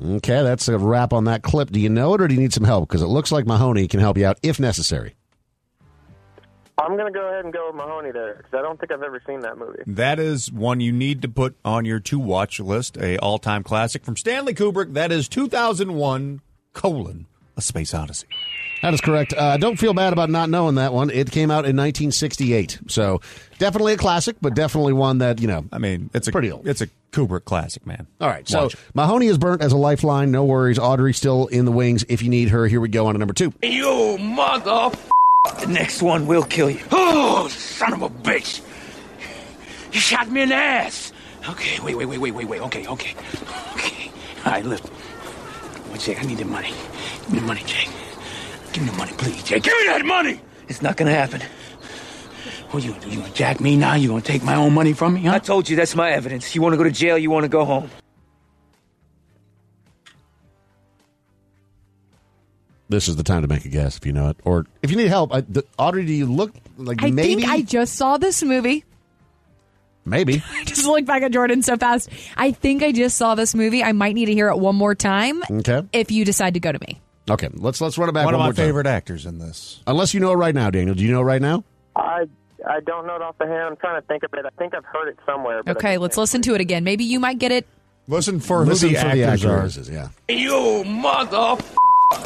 S4: Okay, that's a wrap on that clip. Do you know it or do you need some help? Because it looks like Mahoney can help you out if necessary.
S16: I'm going to go ahead and go with Mahoney there because I don't think I've ever seen that movie.
S5: That is one you need to put on your to watch list, a all time classic from Stanley Kubrick. That is 2001 colon A Space Odyssey.
S4: That is correct. Uh, don't feel bad about not knowing that one. It came out in 1968, so definitely a classic, but definitely one that you know.
S5: I mean, it's
S4: pretty old.
S5: It's a Kubrick classic, man.
S4: All right, so
S5: Watch it.
S4: Mahoney is burnt as a lifeline. No worries. Audrey still in the wings. If you need her, here we go on to number two.
S2: You mother. The next one will kill you. Oh, son of a bitch. You shot me in the ass. Okay, wait, wait, wait, wait, wait, wait. Okay, okay. Okay. All right, look. Wait, Jake, I need the money. Give me the money, Jake. Give me the money, please, Jake. Give me that money! It's not gonna happen. What you, you gonna jack me now? You gonna take my own money from me? Huh?
S8: I told you that's my evidence. You want to go to jail, you want to go home.
S4: This is the time to make a guess if you know it, or if you need help. I, the, Audrey, do you look like
S6: I
S4: maybe?
S6: think I just saw this movie.
S4: maybe.
S6: I just looked back at Jordan so fast. I think I just saw this movie. I might need to hear it one more time
S4: Okay.
S6: if you decide to go to me.
S4: Okay. Let's let's run it back.
S5: One of
S4: one
S5: my
S4: more time.
S5: favorite actors in this.
S4: Unless you know it right now, Daniel. Do you know it right now?
S16: I I don't know it off the hand. I'm trying to think of it. I think I've heard it somewhere. But
S6: Okay, let's listen to it again. Maybe you might get it.
S5: Listen for
S4: who Listen
S5: the actors are.
S4: is, yeah.
S2: You mother.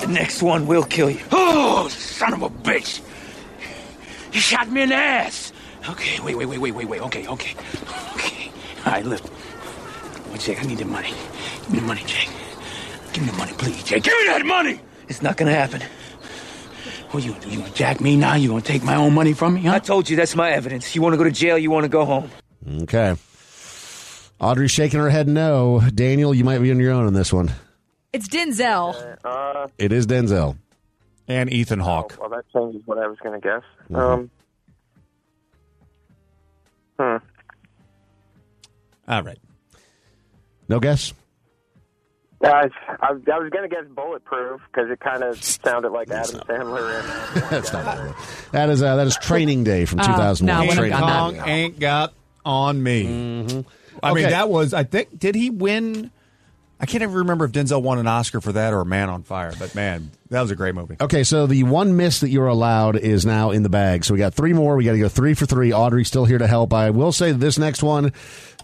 S8: The next one will kill you.
S2: Oh, son of a bitch! You shot me in the ass. Okay, wait, wait, wait, wait, wait, wait. Okay, okay, okay. All right, look. Wait, Jake, I need the money. Give me the money, Jake. Give me the money, please, Jake. Give me that money.
S8: It's not going to happen.
S2: What you you gonna jack me now? You gonna take my own money from me? Huh?
S8: I told you that's my evidence. You want to go to jail, you want to go home.
S4: Okay. Audrey's shaking her head no. Daniel, you might be on your own on this one.
S6: It's Denzel.
S16: Uh,
S4: It is Denzel.
S5: And Ethan Hawke.
S16: Oh,
S5: Mm-hmm.
S16: well, that changes what I was going to guess. Um, hmm.
S5: All right.
S4: No guess?
S16: Guys, I, I was going to guess bulletproof because it kind of sounded like Adam Sandler. And,
S4: That's not it. That is uh, that is Training Day from 2001.
S5: King
S4: Training
S5: Kong
S4: Day.
S5: ain't got on me. I mean,
S4: Mm-hmm. Okay.
S5: that was. I think did he win? I can't even remember if Denzel won an Oscar for that or Man on Fire. But man, that was a great movie.
S4: Okay, so the one miss that you're allowed is now in the bag. So we got three more. We got to go three for three. Audrey's still here to help. I will say that this next one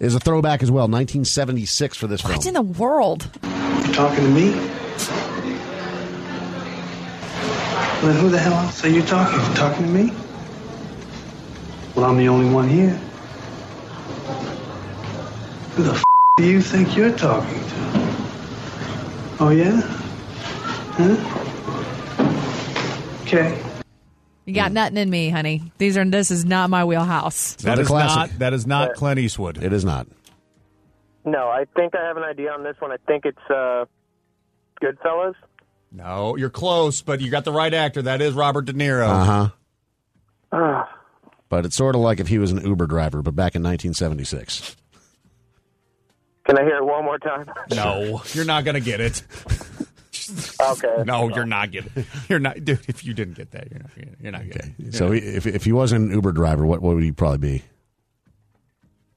S4: is a throwback as well. 1976 for this film.
S6: What in the world?
S11: You're talking to me? Well, who the hell else are you talking? You talking to me? Well, I'm the only one here. Who the f- do you think you're talking to? Oh yeah? Huh? Okay.
S6: You
S16: Mm.
S6: got nothing in me, honey. These are this is not my wheelhouse.
S5: That
S4: Another
S5: is
S4: classic.
S5: not. That is not Clint Eastwood.
S4: It is not.
S16: no, I think I have an idea on this one. I think it's uh, Goodfellas.
S5: No, you're close, but you got the right actor. That is Robert De Niro.
S4: Uh huh.
S16: Uh,
S4: But it's sort of like if he was an Uber driver, but back in 1976.
S16: can I hear it one more time?
S5: No, you're not gonna get it.
S16: okay.
S5: No, you're not getting. You're not, dude. If you didn't get that, you're not. You're not getting. it.
S4: So he, if if he wasn't an Uber driver, what what would he probably be?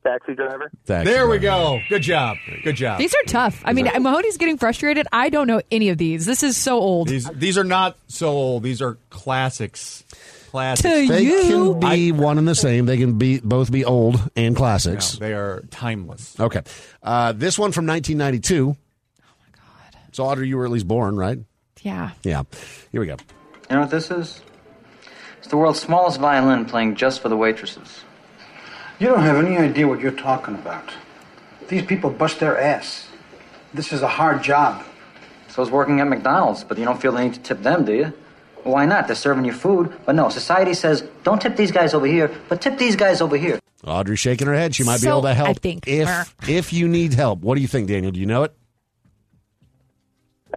S16: Taxi driver.
S4: Taxi
S5: there we
S4: driver.
S5: go. Good job. Good job.
S6: These are tough. I mean, Mahoney's getting frustrated. I don't know any of these. This is so old.
S5: These these are not so old. These are classics. Classics.
S6: To
S4: They
S6: you.
S4: can be one and the same. They can be both be old and
S5: No,
S4: classics.
S5: they are timeless.
S4: Okay, uh, this one from 1992. Oh my god! So Audrey, you were at least born, right?
S6: Yeah.
S4: Yeah. Here we go.
S8: You know what this is? It's the world's smallest violin playing just for the waitresses.
S11: You don't have any idea what you're talking about. These people bust their ass. This is a hard job.
S8: So is working at McDonald's, but you don't feel the need to tip them, do you? Why not? They're serving you food. But no, society says don't tip these guys over here, but tip these guys over here.
S4: Audrey shaking her head. She might be
S8: So,
S4: able to help.
S8: I think-
S4: if if you need help, what do you think, Daniel? Do you know it?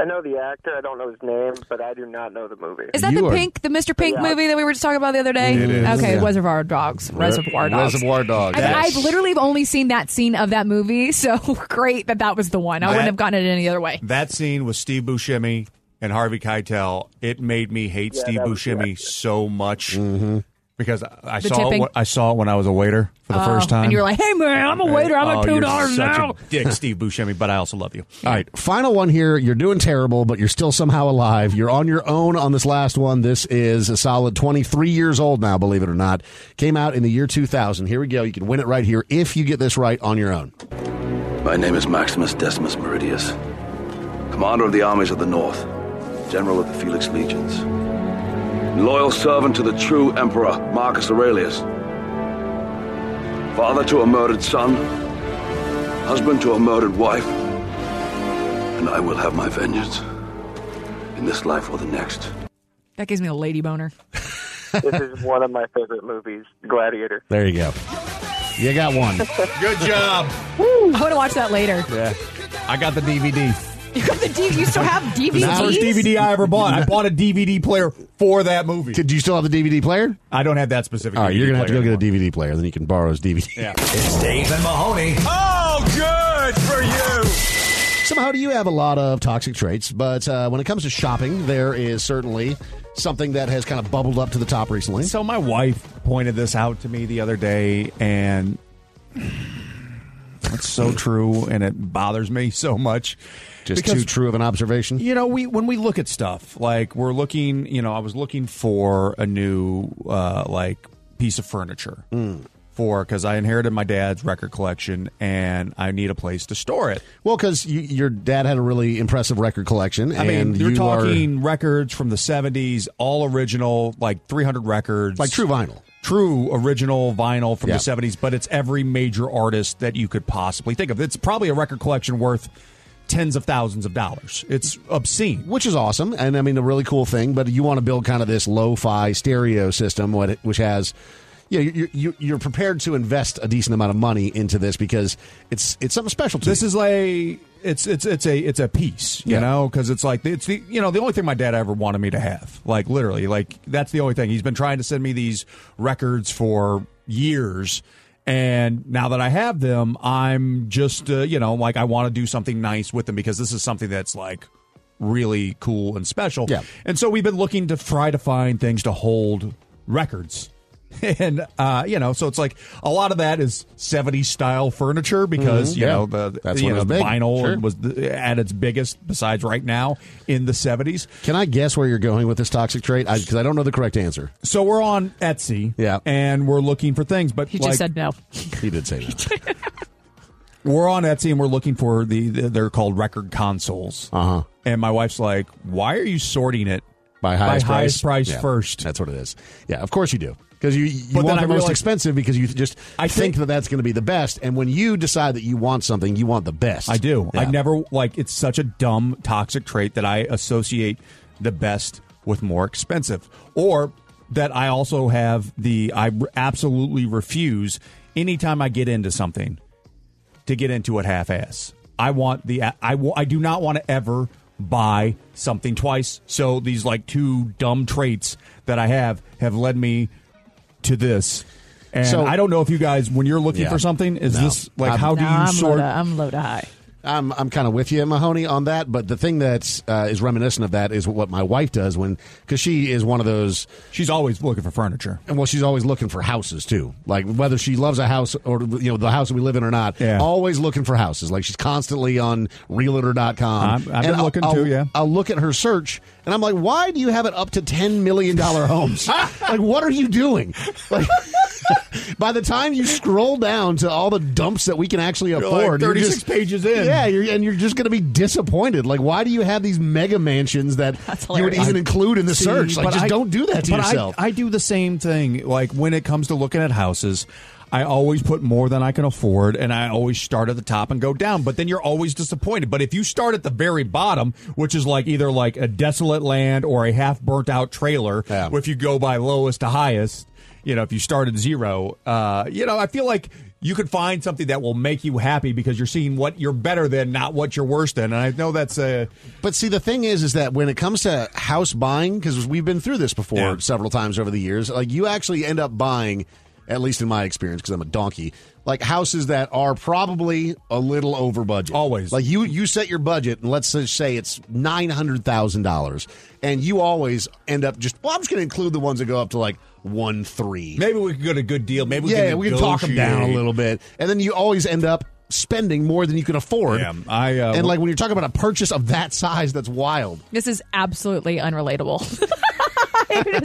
S16: I know the actor. I don't know his name, but I do not know the movie.
S6: Is that
S4: You
S6: the
S4: are-
S6: pink, the Mr. Pink
S16: Yeah.
S6: movie that we were just talking about the other day?
S4: It is.
S6: Okay,
S4: Yeah.
S6: Reservoir Dogs. Reservoir Dogs.
S4: Reservoir Dogs.
S6: I mean, I've literally only seen that scene of that movie, so great that that was the one. I wouldn't
S5: That-
S6: have gotten it any other way.
S5: That scene with Steve Buscemi and Harvey Keitel. It made me hate
S16: Yeah,
S5: Steve
S16: that was
S5: Buscemi so much
S4: Mm-hmm.
S5: because I, I
S6: The
S5: saw it.
S6: tipping?
S5: when- I saw it when I was a waiter for the
S6: Oh,
S5: first time.
S6: And you were like, hey, man, I'm a waiter. I'm
S5: oh,
S6: at $2
S5: you're such
S6: now.
S5: a dick, Steve Buscemi, but I also love you.
S4: All right, final one here. You're doing terrible, but you're still somehow alive. You're on your own on this last one. This is a solid 23 years old now, believe it or not. Came out in the year 2000. Here we go. You can win it right here if you get this right on your own.
S12: My name is Maximus Decimus Meridius, commander of the armies of the North, general of the Felix Legions, loyal servant to the true emperor Marcus Aurelius, father to a murdered son, husband to a murdered wife, and I will have my vengeance in this life or the next.
S6: That gives me a lady boner.
S16: this is one of my favorite movies, Gladiator.
S4: There you go. You got one.
S5: Good job.
S6: I want to watch that later.
S5: Yeah. I got the DVD.
S14: You have the D- You still have DVDs.
S5: It's the first DVD I ever bought. I bought a DVD player for that movie.
S4: Did you still have the DVD player?
S5: I don't have that specific.
S4: All right,
S5: DVD
S4: you're gonna have to
S5: player.
S4: go get a DVD player, then you can borrow his DVD.
S5: Yeah.
S3: It's Dave and Mahoney.
S8: Oh, good for you.
S4: Somehow, do you have a lot of toxic traits? But uh, when it comes to shopping, there is certainly something that has kind of bubbled up to the top recently.
S5: So my wife pointed this out to me the other day, and it's so true, and it bothers me so much.
S4: Just
S5: Because-
S4: too true of an observation.
S5: You know, we when we look at stuff, like we're looking, you know, I was looking for a new uh like piece of furniture
S4: Mm.
S5: for cuz I inherited my dad's record collection and I need a place to store it.
S4: Well, because you, your dad had a really impressive record collection,
S5: I mean,
S4: and
S5: you're
S4: you are
S5: talking records from the 70s, all original, like 300 records.
S4: Like true vinyl.
S5: True original vinyl from
S4: Yeah.
S5: the 70s, but it's every major artist that you could possibly think of. It's probably a record collection worth tens of thousands of dollars. It's obscene.
S4: which is awesome, and I mean a really cool thing. But you want to build kind of this lo-fi stereo system, what it- which has, you know, you're, you're, you're prepared to invest a decent amount of money into this because it's it's something special to
S5: This
S4: you.
S5: is like it's it's it's a it's a piece, you
S4: Yeah.
S5: know, because it's like it's the you know the only thing my dad ever wanted me to have, like literally, like that's the only thing he's been trying to send me these records for years, and now that I have them, I'm just uh, you know like I want to do something nice with them because this is something that's like really cool and special,
S4: Yeah.
S5: and so we've been looking to try to find things to hold records. And uh, you know, so it's like a lot of that is 70s style furniture because
S4: Mhm.
S5: you
S4: Yeah.
S5: know the
S4: That's
S5: you
S4: when it
S5: know,
S4: was big.
S5: vinyl
S4: Sure.
S5: was the, at its biggest besides right now in the 70s.
S4: Can I guess where you're going with this toxic trait? Because I, don't know the correct answer.
S5: So we're on Etsy
S4: Yeah.
S5: and we're looking for things but
S14: He
S5: like,
S14: just said no.
S4: He did say that.
S5: we're on Etsy and we're looking for the, the they're called record consoles.
S4: Uh huh.
S5: And my wife's like, "Why are you sorting it
S4: By highest price,
S5: highest price
S4: Yeah,
S5: first?"
S4: That's what it is. Yeah, of course you do. Because you, you
S5: But then
S4: want
S5: I
S4: the most
S5: realized-
S4: expensive because you just
S5: I think-
S4: think, that that's going to be the best. And when you decide that you want something, you want the best.
S5: I do.
S4: Yeah.
S5: I never like it's such a dumb toxic trait that I associate the best with more expensive or that I also have the I r- absolutely refuse anytime I get into something to get into it half ass. I want the I wa- I do not want to ever buy something twice. So these like two dumb traits that I have have led me to this. And
S4: So-
S5: I don't know if you guys when you're looking
S4: Yeah.
S5: for something is
S4: No.
S5: this like
S4: I'm-
S5: how do
S14: No,
S5: you
S14: I'm low,
S5: sort
S14: to, I'm low to high.
S4: I'm I'm kind of with you, Mahoney, on that. But the thing that's uh, is reminiscent of that is what my wife does when because she is one of those.
S5: She's always looking for furniture.
S4: And well, she's always looking for houses too. Like whether she loves a house or you know the house that we live in or not,
S5: Yeah.
S4: always looking for houses. Like she's constantly on Realtor.com.
S5: I'm- I've been
S4: I'll-
S5: looking,
S4: I'll-
S5: too, yeah.
S4: I'll look at her search and I'm like, why do you have it up to ten million dollar homes? like, what are you doing? Like, by the time you scroll down to all the dumps that we can actually afford, you're just-
S5: pages
S4: Yeah, you're, and you're just going to be disappointed. Like, why do you have these mega mansions that you would
S14: hilarious.
S4: even include in the search? Like, just don't do that to
S5: but I-
S4: yourself.
S5: I, do the same thing. Like when it comes to looking at houses, I always put more than I can afford, and I always start at the top and go down. But then you're always disappointed. But if you start at the very bottom, which is like either like a desolate land or a half burnt out trailer,
S4: Yeah.
S5: if you go by lowest to highest, you know, if you start at zero, uh, you know, I feel like. You could find something that will make you happy because you're seeing what you're better than, not what you're worse than. And I know that's a
S4: But see, the thing is, is that when it comes to house buying, because we've been through this before
S5: Yeah.
S4: several times over the years, like you actually end up buying, at least in my experience, because I'm a donkey, like houses that are probably a little over budget.
S5: Always.
S4: like you you set your budget, and let's just say it's nine hundred thousand dollars, and you always end up just. Well, I'm just going to include the ones that go up to like one three,
S5: Maybe we could get a good deal. Maybe we
S4: yeah,
S5: can
S4: we can talk them down a
S5: negotiate.
S4: little bit, and then you always end up spending more than you can afford.
S5: Yeah, I, uh,
S4: and like when you're talking about a purchase of that size, that's wild.
S14: This is absolutely unrelatable.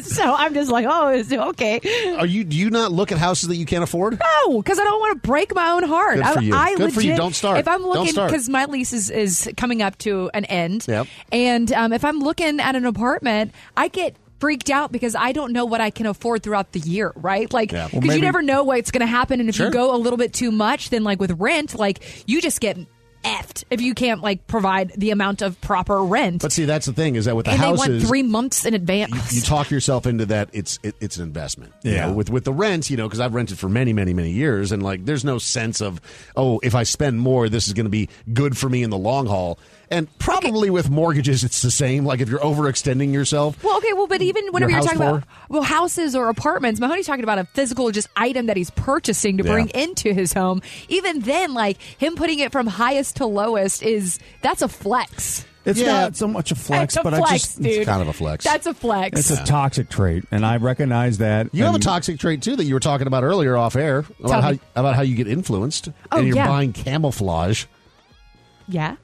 S14: so I'm just like, oh, it's okay.
S4: Are you? Do you not look at houses that you can't afford?
S14: No, because I don't want to break my own heart.
S4: Good for you.
S14: I, I
S4: Good for you.
S14: legit-
S4: Don't start.
S14: If I'm
S4: Don't
S14: looking,
S4: start.
S14: because my lease is, is coming up to an end,
S4: Yep.
S14: and um, if I'm looking at an apartment, I get freaked out because I don't know what I can afford throughout the year, right? Like,
S4: Yeah. Well,
S14: because
S4: maybe-
S14: you never know what's going to happen, and if
S4: Sure.
S14: you go a little bit too much, then like with rent, like you just get
S6: effed if you can't like provide the amount of proper rent.
S4: But see, that's the thing is that with the
S6: and they
S4: houses,
S6: want three months in advance.
S4: you talk yourself into that it's it, it's an investment. You
S5: Yeah.
S4: know, with with the rent, you know, because I've rented for many many many years, and like there's no sense of oh, if I spend more, this is going to be good for me in the long haul. And probably with mortgages, it's the same. Like if you're overextending yourself,
S6: Well, okay, well, but even whenever
S4: Mm. Your
S6: you're
S4: house
S6: talking about well houses or apartments, Mahoney's talking about a physical just item that he's purchasing to
S4: Yeah.
S6: bring into his home. Even then, like him putting it from highest to lowest is that's a flex.
S5: It's not so much a flex,
S6: It's a
S5: but
S6: flex,
S5: I just
S6: dude. That's a flex.
S5: It's a toxic trait, and I recognize that.
S4: You have a
S5: and-
S4: toxic trait too that you were talking about earlier off air
S6: Tell
S4: about how
S6: me.
S4: about how you get influenced
S6: Oh,
S4: and you're
S6: yeah.
S4: buying camouflage.
S6: yeah,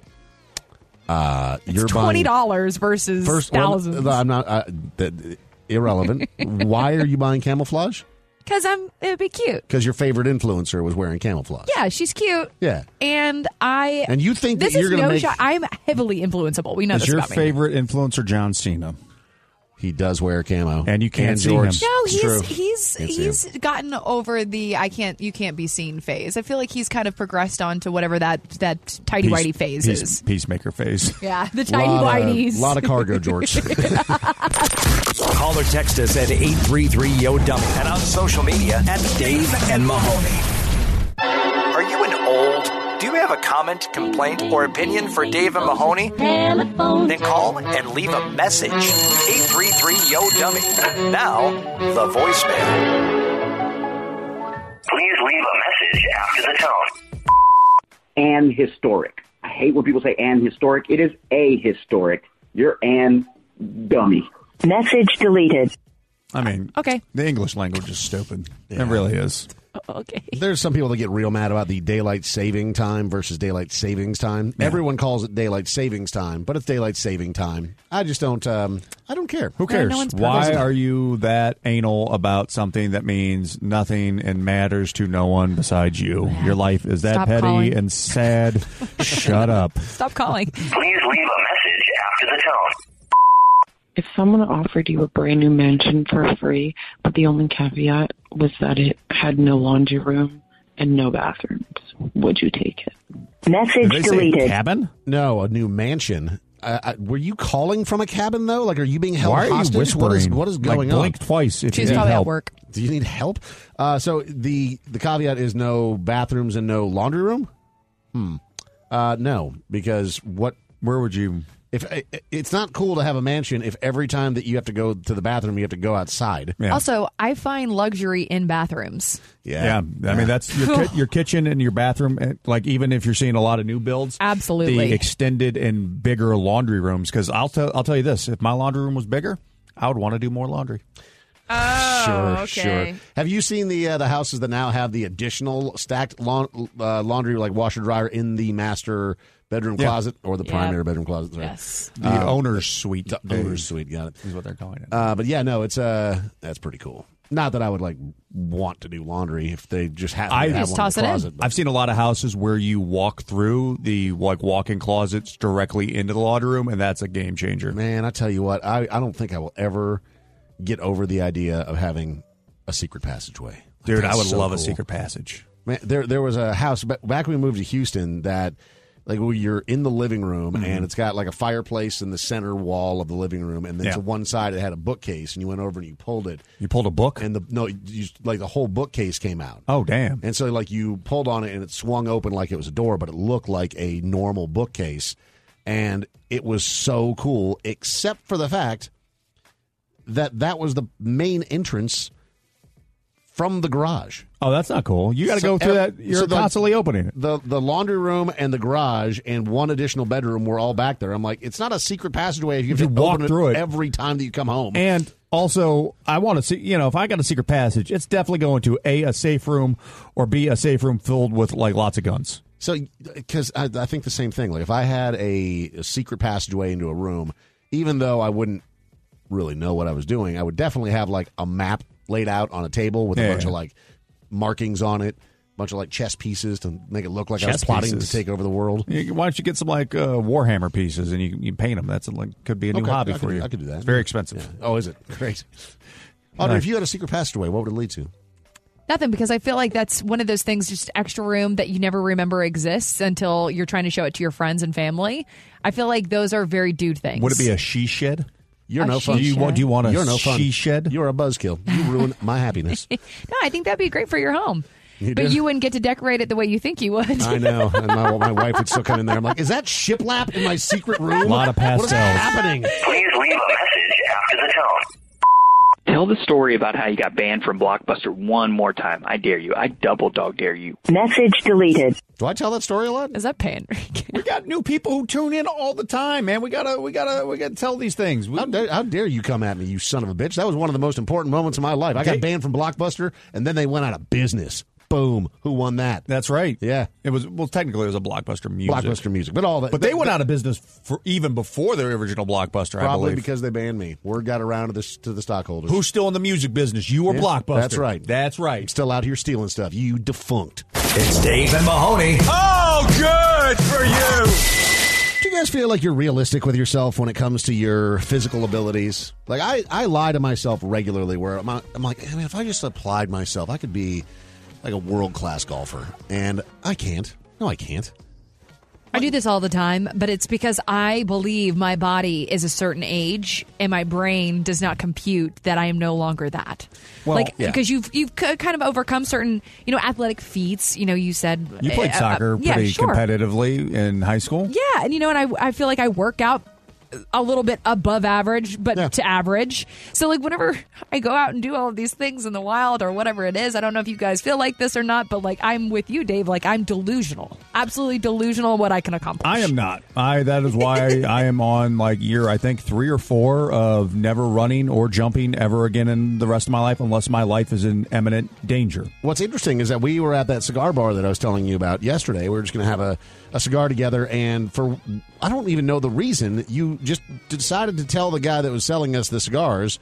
S4: Uh, you're
S6: twenty
S4: buying
S6: dollars versus
S4: first well,
S6: thousands.
S4: I'm not uh, that, irrelevant. Why are you buying camouflage?
S6: Because I'm it'd be cute.
S4: Because your favorite influencer was wearing camouflage.
S6: Yeah, she's cute.
S4: Yeah.
S6: And I
S4: And you think that
S6: this
S4: you're
S6: is
S4: gonna
S6: no
S4: make-
S6: shot. I'm heavily influenceable. We know
S5: is
S6: this
S5: your
S6: about me.
S5: favorite influencer John Cena?
S4: He does wear camo,
S5: and you can't
S4: And
S5: see
S4: George.
S5: him.
S6: No,
S4: It's
S6: he's
S4: true.
S6: he's
S4: Can't see
S6: he's gotten over the I can't you can't be seen phase. I feel like he's kind of progressed on to whatever that that tidy whitey phase
S5: Peace- peace-
S6: is.
S5: Peacemaker phase.
S6: Yeah, the tidy
S5: Lot of-
S6: whiteys.
S5: lot of cargo,
S4: George.
S3: Call or text us at 833 yo dummy and on social media at Dave and Mahoney. Are you an old? Do you have a comment, complaint, or opinion for Dave and Mahoney? Then call and leave a message. 833 yo dummy. Now, the voicemail.
S9: Please leave a message after the tone.
S24: an historic. I hate when people say an historic. It is a historic. You're an dummy.
S25: Message deleted.
S5: I mean,
S6: okay.
S5: The English language is stupid. It really is.
S6: Okay.
S4: There's some people that get real mad about the daylight saving time versus daylight savings time. Everyone calls it daylight savings time, but it's daylight saving time. I just don't. Um, I don't care.
S5: Who cares? Why are you that anal about something that means nothing and matters to no one besides you? Your life is that
S6: Stop
S5: petty
S6: calling.
S5: and sad. Shut up.
S6: Stop calling.
S9: Please leave a message after the tone.
S10: If someone offered you a brand new mansion for free, but the only caveat was that it had no laundry room and no bathrooms, would you take it?
S4: Message
S10: Did they say deleted.
S4: cabin? No, a new mansion. Uh, I, were you calling from a cabin though? Like, are you being held
S5: Why are you
S4: hostage? What is
S5: whispering?
S4: what is
S5: Like,
S4: going on?
S5: blink twice if you She's need probably at help. work.
S4: Do you need help? Uh, so the the caveat is no bathrooms and no laundry room. Hmm. Uh, no, because what?
S5: Where would you?
S4: If i- i- it's not cool to have a mansion, if every time that you have to go to the bathroom, you have to go outside.
S6: Also, I find luxury in bathrooms.
S4: Yeah.
S5: I mean, that's your, ki- your kitchen and your bathroom. and, Like, even if you're seeing a lot of new builds,
S6: Absolutely.
S5: the extended and bigger laundry rooms. Because I'll tell I'll tell you this: if my laundry room was bigger, I would want to do more laundry.
S4: sure,
S5: Oh, okay.
S4: sure. Have you seen the uh, the houses that now have the additional stacked laun- uh, laundry, like washer dryer, in the master bedroom
S5: Yeah.
S4: closet or the
S5: Yep.
S4: primary bedroom closet? sorry.
S5: Yes. Um, The owner's suite.
S4: The owner's suite. Got it.
S5: Is what they're calling it.
S4: Uh, but yeah, no, it's uh, that's pretty cool. Not that I would like want to do laundry if they just happen to have one in the closet.
S5: I've seen a lot of houses where you walk through the like walk-in closets directly into the laundry room, and that's a game changer.
S4: Man, I tell you what, I, I don't think I will ever get over the idea of having a secret passageway. Like,
S5: Dude,
S4: that's
S5: I would
S4: so
S5: love a
S4: cool.
S5: secret passage.
S4: Man, there there was a house ba- back when we moved to Houston that like well, you're in the living room
S5: Mhm.
S4: and it's got like a fireplace in the center wall of the living room and then
S5: Yeah.
S4: to one side it had a bookcase and you went over and you pulled it.
S5: You pulled a book
S4: and the no you, like the whole bookcase came out.
S5: Oh damn!
S4: And so like you pulled on it and it swung open like it was a door but it looked like a normal bookcase and it was so cool except for the fact that that was the main entrance from the garage.
S5: Oh, that's not cool. You got to go through
S4: ev-
S5: that. You're
S4: so the-
S5: constantly opening it.
S4: The the laundry room and the garage and one additional bedroom were all back there. I'm like, it's not a secret passageway if you, have
S5: You
S4: to
S5: walk
S4: open
S5: through it.
S4: every time that you come home.
S5: And also, I want to see, you know, if I got a secret passage, it's definitely going to A, a safe room, or B, a safe room filled with like lots of guns.
S4: So, because I, I think the same thing. Like, if I had a, a secret passageway into a room, even though I wouldn't really know what I was doing, I would definitely have like a map laid out on a table with a
S5: Yeah.
S4: bunch of like markings on it, a bunch of like chess pieces to make it look like I was
S5: Chess
S4: plotting
S5: pieces.
S4: to take over the world.
S5: You- Why don't you get some like uh, Warhammer pieces and you, you paint them? That's like could be a new
S4: Okay,
S5: hobby
S4: I
S5: for
S4: could-
S5: you.
S4: I could do that.
S5: It's very expensive.
S4: Oh, is it great? Audrey,
S5: Yeah.
S4: if you had a secret passageway, what would it lead to?
S6: Nothing, because I feel like that's one of those things, just extra room that you never remember exists until you're trying to show it to your friends and family. I feel like those are very dude things.
S5: Would it be a she shed?
S4: You're no fun.
S5: Do you, want- do you want a
S4: You're no fun.
S5: she shed?
S4: You're a buzzkill. You ruin my happiness.
S6: No, I think that'd be great for your home.
S4: You
S6: but
S4: did?
S6: you wouldn't get to decorate it the way you think you would.
S4: I know. And my, my wife would still come in there. I'm like, is that shiplap in my secret room?
S5: Lot of
S4: What
S5: pastels.
S4: is happening?
S9: Please leave a message after the tone.
S26: Tell the story about how you got banned from Blockbuster one more time. I dare you. I double dog dare you.
S10: Message deleted.
S4: Do I tell that story a lot?
S6: Is that pandering?
S5: We got new people who tune in all the time, man. We gotta, we gotta, we gotta tell these things. We,
S4: How dare, how dare you come at me, you son of a bitch? That was one of the most important moments of my life. I got banned from Blockbuster, and then they went out of business. Boom. Who won that?
S5: That's right.
S4: Yeah.
S5: It was well, technically, it was a blockbuster music.
S4: Blockbuster music. But all that.
S5: But they went out of business for even before their original blockbuster. I
S4: Probably
S5: believe.
S4: because they banned me. Word got around to the, to the stockholders.
S5: Who's still in the music business? You or
S4: Yeah,
S5: Blockbuster?
S4: That's right.
S5: That's right.
S4: still out here stealing stuff. You defunct.
S3: It's Dave and Mahoney.
S8: Oh, good for you.
S4: Do you guys feel like you're realistic with yourself when it comes to your physical abilities? Like I, I lie to myself regularly where I'm, I'm like, I mean, if I just applied myself, I could be like a world class golfer, and I can't. No, I can't.
S6: I do this all the time, but it's because I believe my body is a certain age and my brain does not compute that I am no longer that.
S5: Well,
S6: like
S5: yeah.
S6: because you've you've c- kind of overcome certain, you know, athletic feats, you know, you said
S5: You played
S6: uh, uh,
S5: soccer
S6: yeah,
S5: pretty
S6: sure.
S5: competitively in high school.
S6: Yeah, and you know, and I I feel like I work out a little bit above average, but to average. So like whenever I go out and do all of these things in the wild or whatever it is, I don't know if you guys feel like this or not, but like I'm with you, Dave. Like I'm delusional, absolutely delusional what I can accomplish.
S5: I am not. I that is why I am on like year I think three or four of never running or jumping ever again in the rest of my life unless my life is in imminent danger.
S4: What's interesting is that we were at that cigar bar that I was telling you about yesterday. We were just going to have a, a cigar together, and for I don't even know the reason, you just decided to tell the guy that was selling us the cigars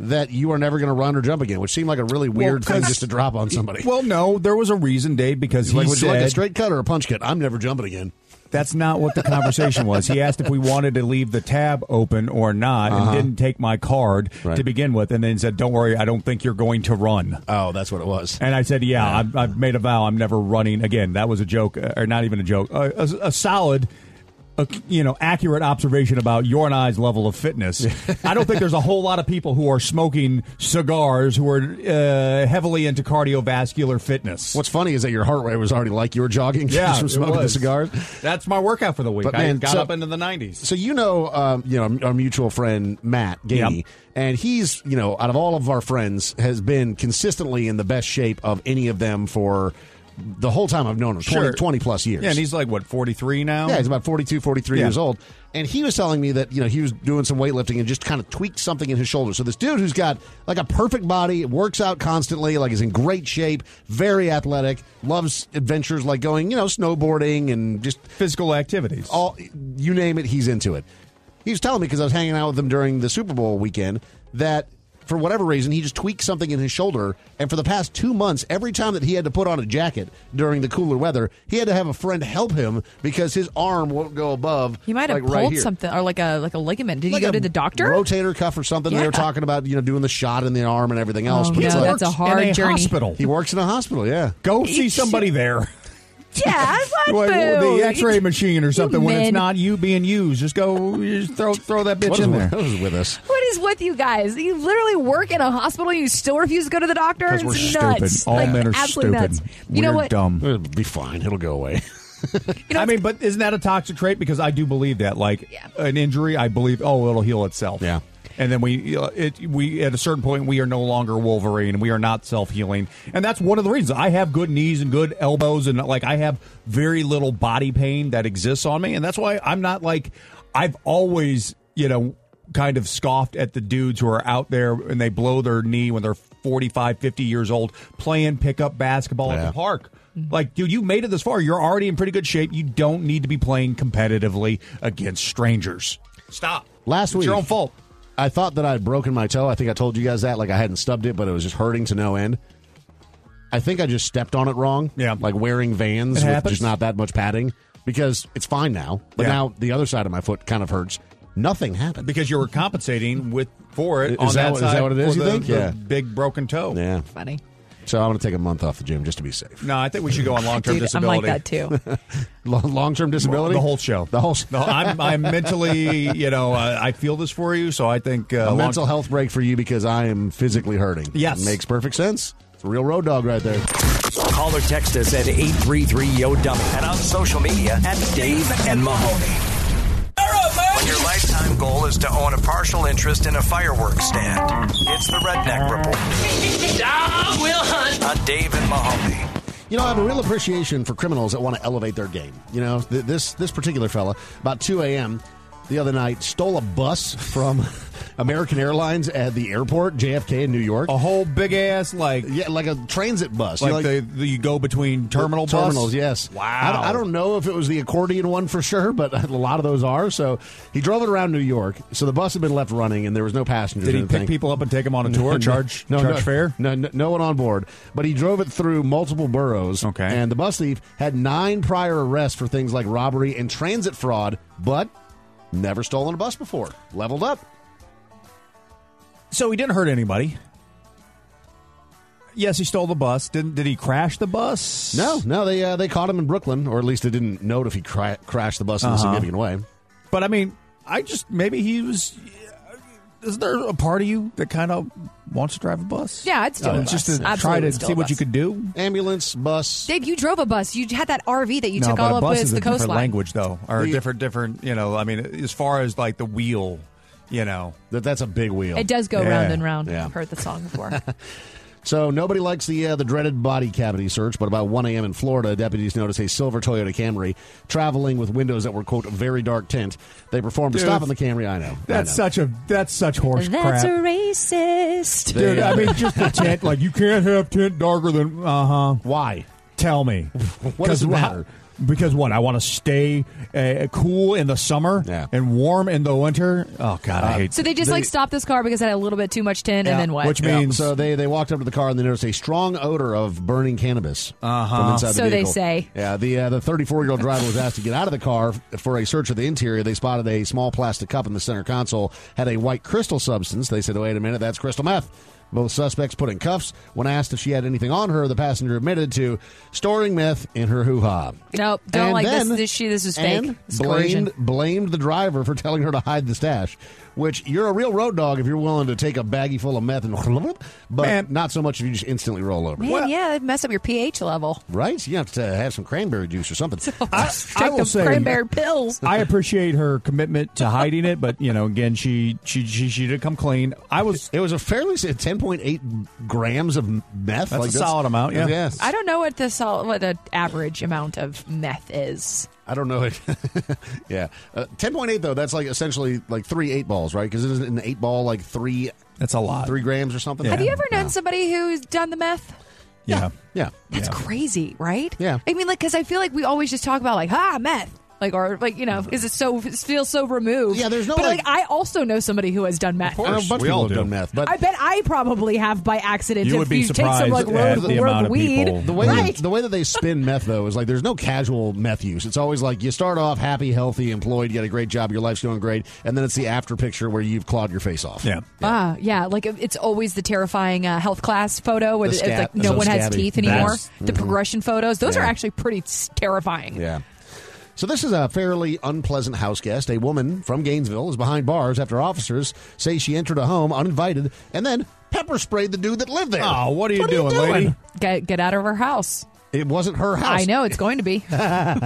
S4: that you are never going to run or jump again, which seemed like a really weird thing
S5: 'cause-
S4: just to drop on somebody.
S5: Well, no, there was a reason, Dave, because he
S4: like, would you like a
S5: said
S4: straight cut or a punch cut? I'm never jumping again.
S5: that's not what the conversation was. He asked if we wanted to leave the tab open or not,
S4: Uh-huh.
S5: and didn't take my card
S4: Right.
S5: to begin with, and then said, "Don't worry, I don't think you're going to run."
S4: Oh, that's what it was.
S5: And I said, "Yeah, I've, I've made a vow. I'm never running again." That was a joke, uh, or not even a joke, a, a, a solid, a, you know, accurate observation about your and I's level of fitness. I don't think there's a whole lot of people who are smoking cigars who are uh, heavily into cardiovascular fitness.
S4: What's funny is that your heart rate was already like you were jogging just from
S5: it
S4: smoking the
S5: was.
S4: cigars.
S5: That's my workout for the week.
S4: But man,
S5: I got
S4: so-
S5: up into the 90s.
S4: So you know, um, you know our mutual friend Matt Ganey,
S5: Yep.
S4: and he's you know out of all of our friends has been consistently in the best shape of any of them for the whole time I've known him, 20, 20 plus years.
S5: Yeah, and he's like, what, 43 now?
S4: Yeah, he's about 42, 43
S5: Yeah.
S4: years old. And he was telling me that, you know, he was doing some weightlifting and just kind of tweaked something in his shoulder. So this dude who's got like a perfect body, works out constantly, like is in great shape, very athletic, loves adventures like going, you know, snowboarding and just
S5: physical activities.
S4: All you name it, he's into it. He was telling me because I was hanging out with him during the Super Bowl weekend that for whatever reason he just tweaked something in his shoulder, and for the past two months, every time that he had to put on a jacket during the cooler weather, he had to have a friend help him because his arm won't go above.
S6: He might have
S4: like, right
S6: pulled
S4: here.
S6: something or like a like a ligament. Did
S4: Like
S6: you go
S4: a
S6: to the doctor?
S4: Rotator cuff or something. They
S6: Yeah.
S4: were talking about you know doing the shot in the arm and everything else.
S6: Oh,
S4: but it's
S6: no,
S4: like-
S6: that's a Works hard in a journey. hospital.
S4: He works in a hospital. Yeah,
S5: Go see somebody there.
S6: yeah,
S5: What, the X-ray machine or something when it's
S6: men.
S5: not you being used. Just go, just throw throw that bitch
S4: What is
S5: in
S4: with-
S5: there.
S4: what is with us?
S6: What is with you guys? You literally work in a hospital. and You still refuse to go to the doctor. It's
S5: 'Cause we're
S6: nuts.
S5: stupid. All
S6: Like,
S5: men are
S6: absolutely
S5: stupid.
S6: Nuts. You know
S5: We're
S6: what?
S5: dumb.
S4: It'll be fine. It'll go away.
S5: I mean, but isn't that a toxic trait? Because I do believe that, like an injury, I believe, oh, it'll heal itself. Yeah. And then we, uh, it, we at a certain point, we are no longer Wolverine. We are not self healing, and that's one of the reasons I have good knees and good elbows, and like I have very little body pain that exists on me, and that's why I'm not like I've always, you know, kind of scoffed at the dudes who are out there and they blow their knee when they're 45, 50 years old playing pickup basketball at
S4: Yeah.
S5: the park. Like, dude, you made it this far. You're already in pretty good shape. You don't need to be playing competitively against strangers. Stop.
S4: Last
S5: It's
S4: week,
S5: your own fault.
S4: I thought that I'd broken my toe. I think I told you guys that. Like I hadn't stubbed it, but it was just hurting to no end. I think I just stepped on it wrong. Yeah, like wearing Vans
S5: It
S4: with
S5: happens.
S4: just not that much padding because it's fine now. But
S5: Yeah.
S4: now the other side of my foot kind of hurts. Nothing happened.
S5: Because you were compensating with for it
S4: Is
S5: on
S4: that
S5: that,
S4: what- is
S5: side.
S4: that what it is,
S5: for
S4: you
S5: the-
S4: think?
S5: the
S4: Yeah.
S5: Big broken toe.
S4: Yeah,
S6: Funny.
S4: So I'm going to take a month off the gym just to be safe.
S5: No, I think we should go on long term
S6: Dude, I'm
S5: disability.
S6: like that too.
S4: long term disability?
S5: The whole show.
S4: The whole.
S5: No, I'm, I'm mentally, you know, uh, I feel this for you, so I think uh,
S4: a
S5: long-
S4: mental health break for you because I am physically hurting.
S5: Yes.
S4: Makes perfect sense. It's a real road dog right there.
S3: Call or text us at 833 Yo Dummy and on social media at Dave and Mahoney. When your lifetime goal is to own a partial interest in a fireworks stand, it's the Redneck Report.
S2: Dog will hunt.
S3: On Dave and Mahoney.
S4: You know, I have a real appreciation for criminals that want to elevate their game. You know, th- this this particular fella, about 2 a.m. the other night, stole a bus from American Airlines at the airport, JFK in New York.
S5: A whole big ass like
S4: yeah, like a transit bus,
S5: Oh. like,
S4: You know,
S5: the, the you go between terminal bus?
S4: terminals. Yes.
S5: Wow.
S4: I, don't- I don't know if it was the accordion one for sure, but a lot of those are. So he drove it around New York. So the bus had been left running, and there was no passengers.
S5: Did
S4: or
S5: he pick
S4: anything.
S5: people up and take them on a tour?
S4: No,
S5: charge
S4: no,
S5: charge
S4: no,
S5: fare?
S4: No, no, no one on board. But he drove it through multiple boroughs. Okay. And the bus thief had nine prior arrests for things like robbery and transit fraud, but never stolen a bus before. Leveled up.
S5: So he didn't hurt anybody. Yes, he stole the bus. Didn't did he crash the bus?
S4: No, no, they uh, they caught him in Brooklyn, or at least they didn't note if he cra- crashed the bus in a
S5: Uh-huh.
S4: significant way.
S5: But I mean, I just maybe he was. Is there a part of you that kind of wants to drive a bus?
S6: Yeah, I'd steal
S5: Uh,
S6: a
S5: just
S6: bus.
S5: to try
S6: Absolutely
S5: to
S6: steal
S5: see
S6: a
S5: what
S6: bus.
S5: you could do.
S4: Ambulance, bus.
S6: Dave, you drove a bus. You had that RV that you
S5: no,
S6: took
S5: but
S6: all
S5: a
S6: up
S5: bus
S6: with
S5: is a
S6: the
S5: different
S6: coastline.
S5: language, though, or a
S4: The-
S5: different, different. You know, I mean, as far as like the wheel, you know,
S4: That that's a big wheel.
S6: It does go
S4: Yeah.
S6: round and round.
S4: Yeah.
S6: I've heard the song before.
S4: So nobody likes the uh, the dreaded body cavity search, but about 1 a.m. in Florida, deputies noticed a silver Toyota Camry traveling with windows that were quote very dark tint. They performed a
S5: Dude,
S4: stop on the Camry. I know
S5: that's such a that's such horse
S6: That's a
S5: crap.
S6: racist.
S5: Dude, I mean, just the tint. Like, you can't have tint darker than. Uh huh.
S4: Why?
S5: Tell me.
S4: What does
S5: 'Cause
S4: it
S5: wha-
S4: matter?
S5: Because what? I want to stay uh, cool in the summer and warm in the winter. Oh God, I hate.
S6: So they just like stopped this car because it had a little bit too much tin, and then what?
S5: Which means-
S4: so uh, they they walked up to the car and they noticed a strong odor of burning cannabis from inside the
S6: So they
S4: vehicle.
S6: say.
S4: Yeah, the uh, the 34 year old driver was asked to get out of the car f- for a search of the interior. They spotted a small plastic cup in the center console had a white crystal substance. They said, "Wait a minute, that's crystal meth." Both suspects put in cuffs. When asked if she had anything on her, the passenger admitted to storing meth in her hoo ha.
S6: Nope, don't
S4: And
S6: like this.
S4: then-
S6: This she, this is
S4: And
S6: fake. This is
S4: blamed,
S6: coercion.
S4: blamed the driver for telling her to hide the stash, which you're a real road dog if you're willing to take a baggie full of meth and but not so much if you just instantly roll over.
S6: Man, yeah, it'd mess up your pH level.
S4: Right? You have to have some cranberry juice or something.
S5: I,
S6: Take the cranberry pills.
S5: I appreciate her commitment to hiding it, but you know, again, she she she, she did come clean. I was.
S4: It was a fairly ten point eight grams of meth.
S5: That's a solid amount. Yeah.
S4: Yes.
S6: I don't know what the sol- what the average amount of meth is.
S4: I don't know it. yeah, uh, ten point eight though. That's like essentially like three eight balls, right? Because isn't an eight ball like three?
S5: That's a lot.
S4: Three grams or something.
S6: Have you ever known somebody who's done the meth?
S5: Yeah.
S4: Yeah.
S6: That's crazy, right?
S4: Yeah.
S6: I mean, like, because I feel like we always just talk about like, ah, meth. Like or like you know, because it's so it feels so removed.
S4: Mm-hmm. Yeah, there's no,
S6: But
S4: like-
S6: like, I also know somebody who has done meth.
S4: I know a bunch of people have done meth, but
S6: I bet I probably have by accident.
S4: You
S6: if
S4: would be
S6: you take some like
S4: surprised at
S6: road,
S4: the
S6: road
S4: amount of
S6: weed,
S4: people- The way,
S6: right?
S4: that, the way that they spin meth, though, is like there's no casual meth use. It's always like you start off happy, healthy, employed, you got a great job, your life's going great, and then it's the after picture where you've clawed your face off. Yeah.
S6: Ah, yeah. Like it- it's always the terrifying uh, health class photo where
S4: The
S6: it's
S4: scat-
S6: like no
S4: so
S6: one has
S4: scabby.
S6: teeth anymore.
S4: That's-
S6: The progression photos; those are
S4: Yeah.
S6: actually pretty s- terrifying.
S4: Yeah. So this is a fairly unpleasant house guest. A woman from Gainesville is behind bars after officers say she entered a home uninvited and then pepper sprayed the dude that lived there.
S5: Oh, what are you doing, lady?
S6: Get get out of her house.
S4: It wasn't her house.
S6: I know it's going to be.
S4: I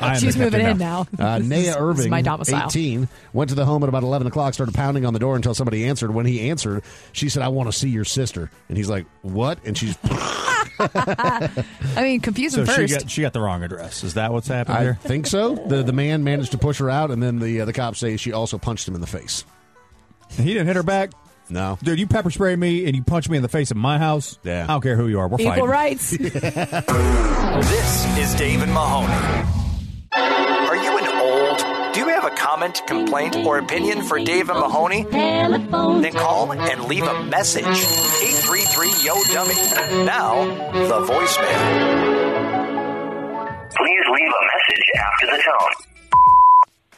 S4: am
S6: She's
S4: the
S6: moving
S4: captain
S6: in now.
S4: Uh,
S6: This is-
S4: Naya
S6: this is
S4: Irving,
S6: my domicile.
S4: 18, went to the home at about 11 o'clock, started pounding on the door until somebody answered. When he answered, she said, I want to see your sister. And he's like, What? And she's,
S6: I mean, confuse
S5: So
S6: them
S5: she
S6: first.
S5: got she got the wrong address. Is that what's happened
S4: I
S5: here?
S4: think so. The, the man managed to push her out, and then the, uh, the cops say she also punched him in the face.
S5: He didn't hit her back.
S4: No,
S5: dude, you pepper sprayed me and you punched me in the face at my house. Yeah, I don't care who you are. We're
S6: Equal
S5: fighting.
S6: rights.
S3: This is Dave and Mahoney. Are you an old? Do you have a comment, complaint, or opinion for Dave and Mahoney? Then call and leave a message. 833 Yo Dummy. Now, the voicemail.
S9: Please leave a message after the tone.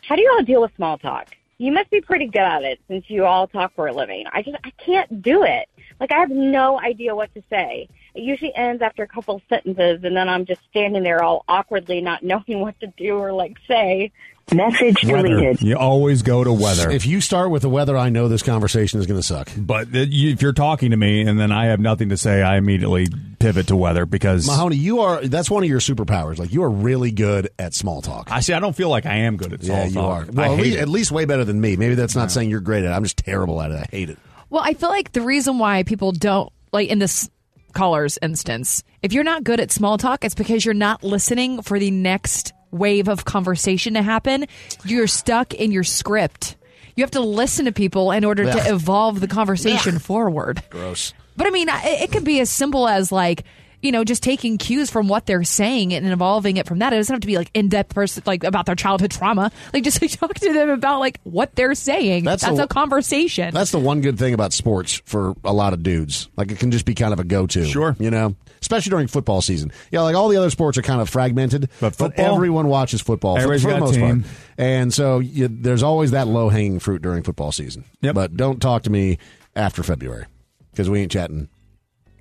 S17: How do you all deal with small talk? You must be pretty good at it since you all talk for a living. I just I can't do it. Like I have no idea what to say. It usually ends after a couple sentences, and then I'm just standing there all awkwardly, not knowing what to do or like say.
S10: Message
S5: Weather. You always go to weather.
S4: If you start with the weather, I know this conversation is going to suck.
S5: But th- you- if you're talking to me and then I have nothing to say, I immediately pivot to weather because
S4: Mahoney, you are that's one of your superpowers. Like you are really good at small talk.
S5: I see. I don't feel like I am good at small
S4: yeah, you
S5: talk.
S4: are. Well,
S5: I
S4: at
S5: hate
S4: least,
S5: it.
S4: at least way better than me. Maybe that's not saying you're great at it. I'm just terrible at it. I hate it.
S6: Well, I feel like the reason why people don't like in this caller's instance, if you're not good at small talk, it's because you're not listening for the next wave of conversation to happen. You're stuck in your script. You have to listen to people in order
S4: Ugh.
S6: to evolve the conversation forward.
S4: Gross.
S6: But I mean, I- it, it could be as simple as like, you know, just taking cues from what they're saying and evolving it from that. It doesn't have to be like in depth person, like about their childhood trauma. Like just like, talk to them about like what they're saying.
S4: That's
S6: That's,
S4: the-
S6: a conversation.
S4: That's the one good thing about sports for a lot of dudes. Like it can just be kind of a go-to. Sure, you know, especially during football season. Yeah, like all the other sports are kind of fragmented, but,
S5: football-
S4: everyone watches football for-
S5: Everybody's
S4: for,
S5: got
S4: the
S5: a
S4: most
S5: team.
S4: part. And so you, there's always that low-hanging fruit during football season. But don't talk to me after February because we ain't chatting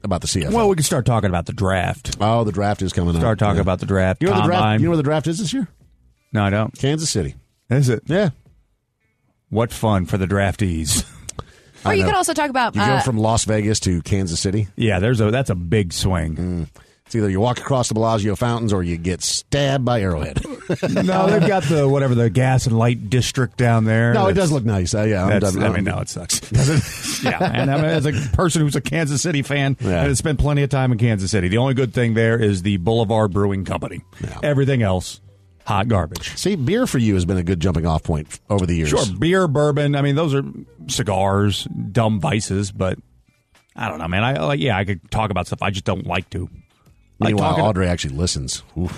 S4: about the CFL.
S5: Well, we can start talking about the draft.
S4: Oh, the draft is coming up.
S5: Start talking
S4: Yeah.
S5: about the draft.
S4: you know where the
S5: combine.
S4: draft. You know where the draft is this year?
S5: no, I don't.
S4: Kansas City.
S5: Is it?
S4: Yeah.
S5: What fun for the draftees.
S6: or
S4: I
S6: you
S4: know.
S6: could also talk about
S4: You
S6: uh,
S4: go from Las Vegas to Kansas City.
S5: Yeah, there's a that's a big swing.
S4: It's either you walk across the Bellagio fountains or you get stabbed by arrowhead. Mm.
S5: no, they've got the whatever the gas and light district down there.
S4: no, it
S5: That's-
S4: does look nice. Uh, yeah, I'm
S5: That's-
S4: done-
S5: I
S4: I'm-
S5: mean, no, it sucks. yeah, and I mean, as a person who's a Kansas City fan and has spent plenty of time in Kansas City, the only good thing there is the Boulevard Brewing Company. Everything else, hot garbage.
S4: See, beer for you has been a good jumping off point f- over the years.
S5: Sure, beer, bourbon. I mean, those are cigars, dumb vices, but I don't know, man. I like, yeah, I could talk about stuff. I just don't like to. I Like
S4: Meanwhile,
S5: talking.
S4: Audrey actually listens. Oof.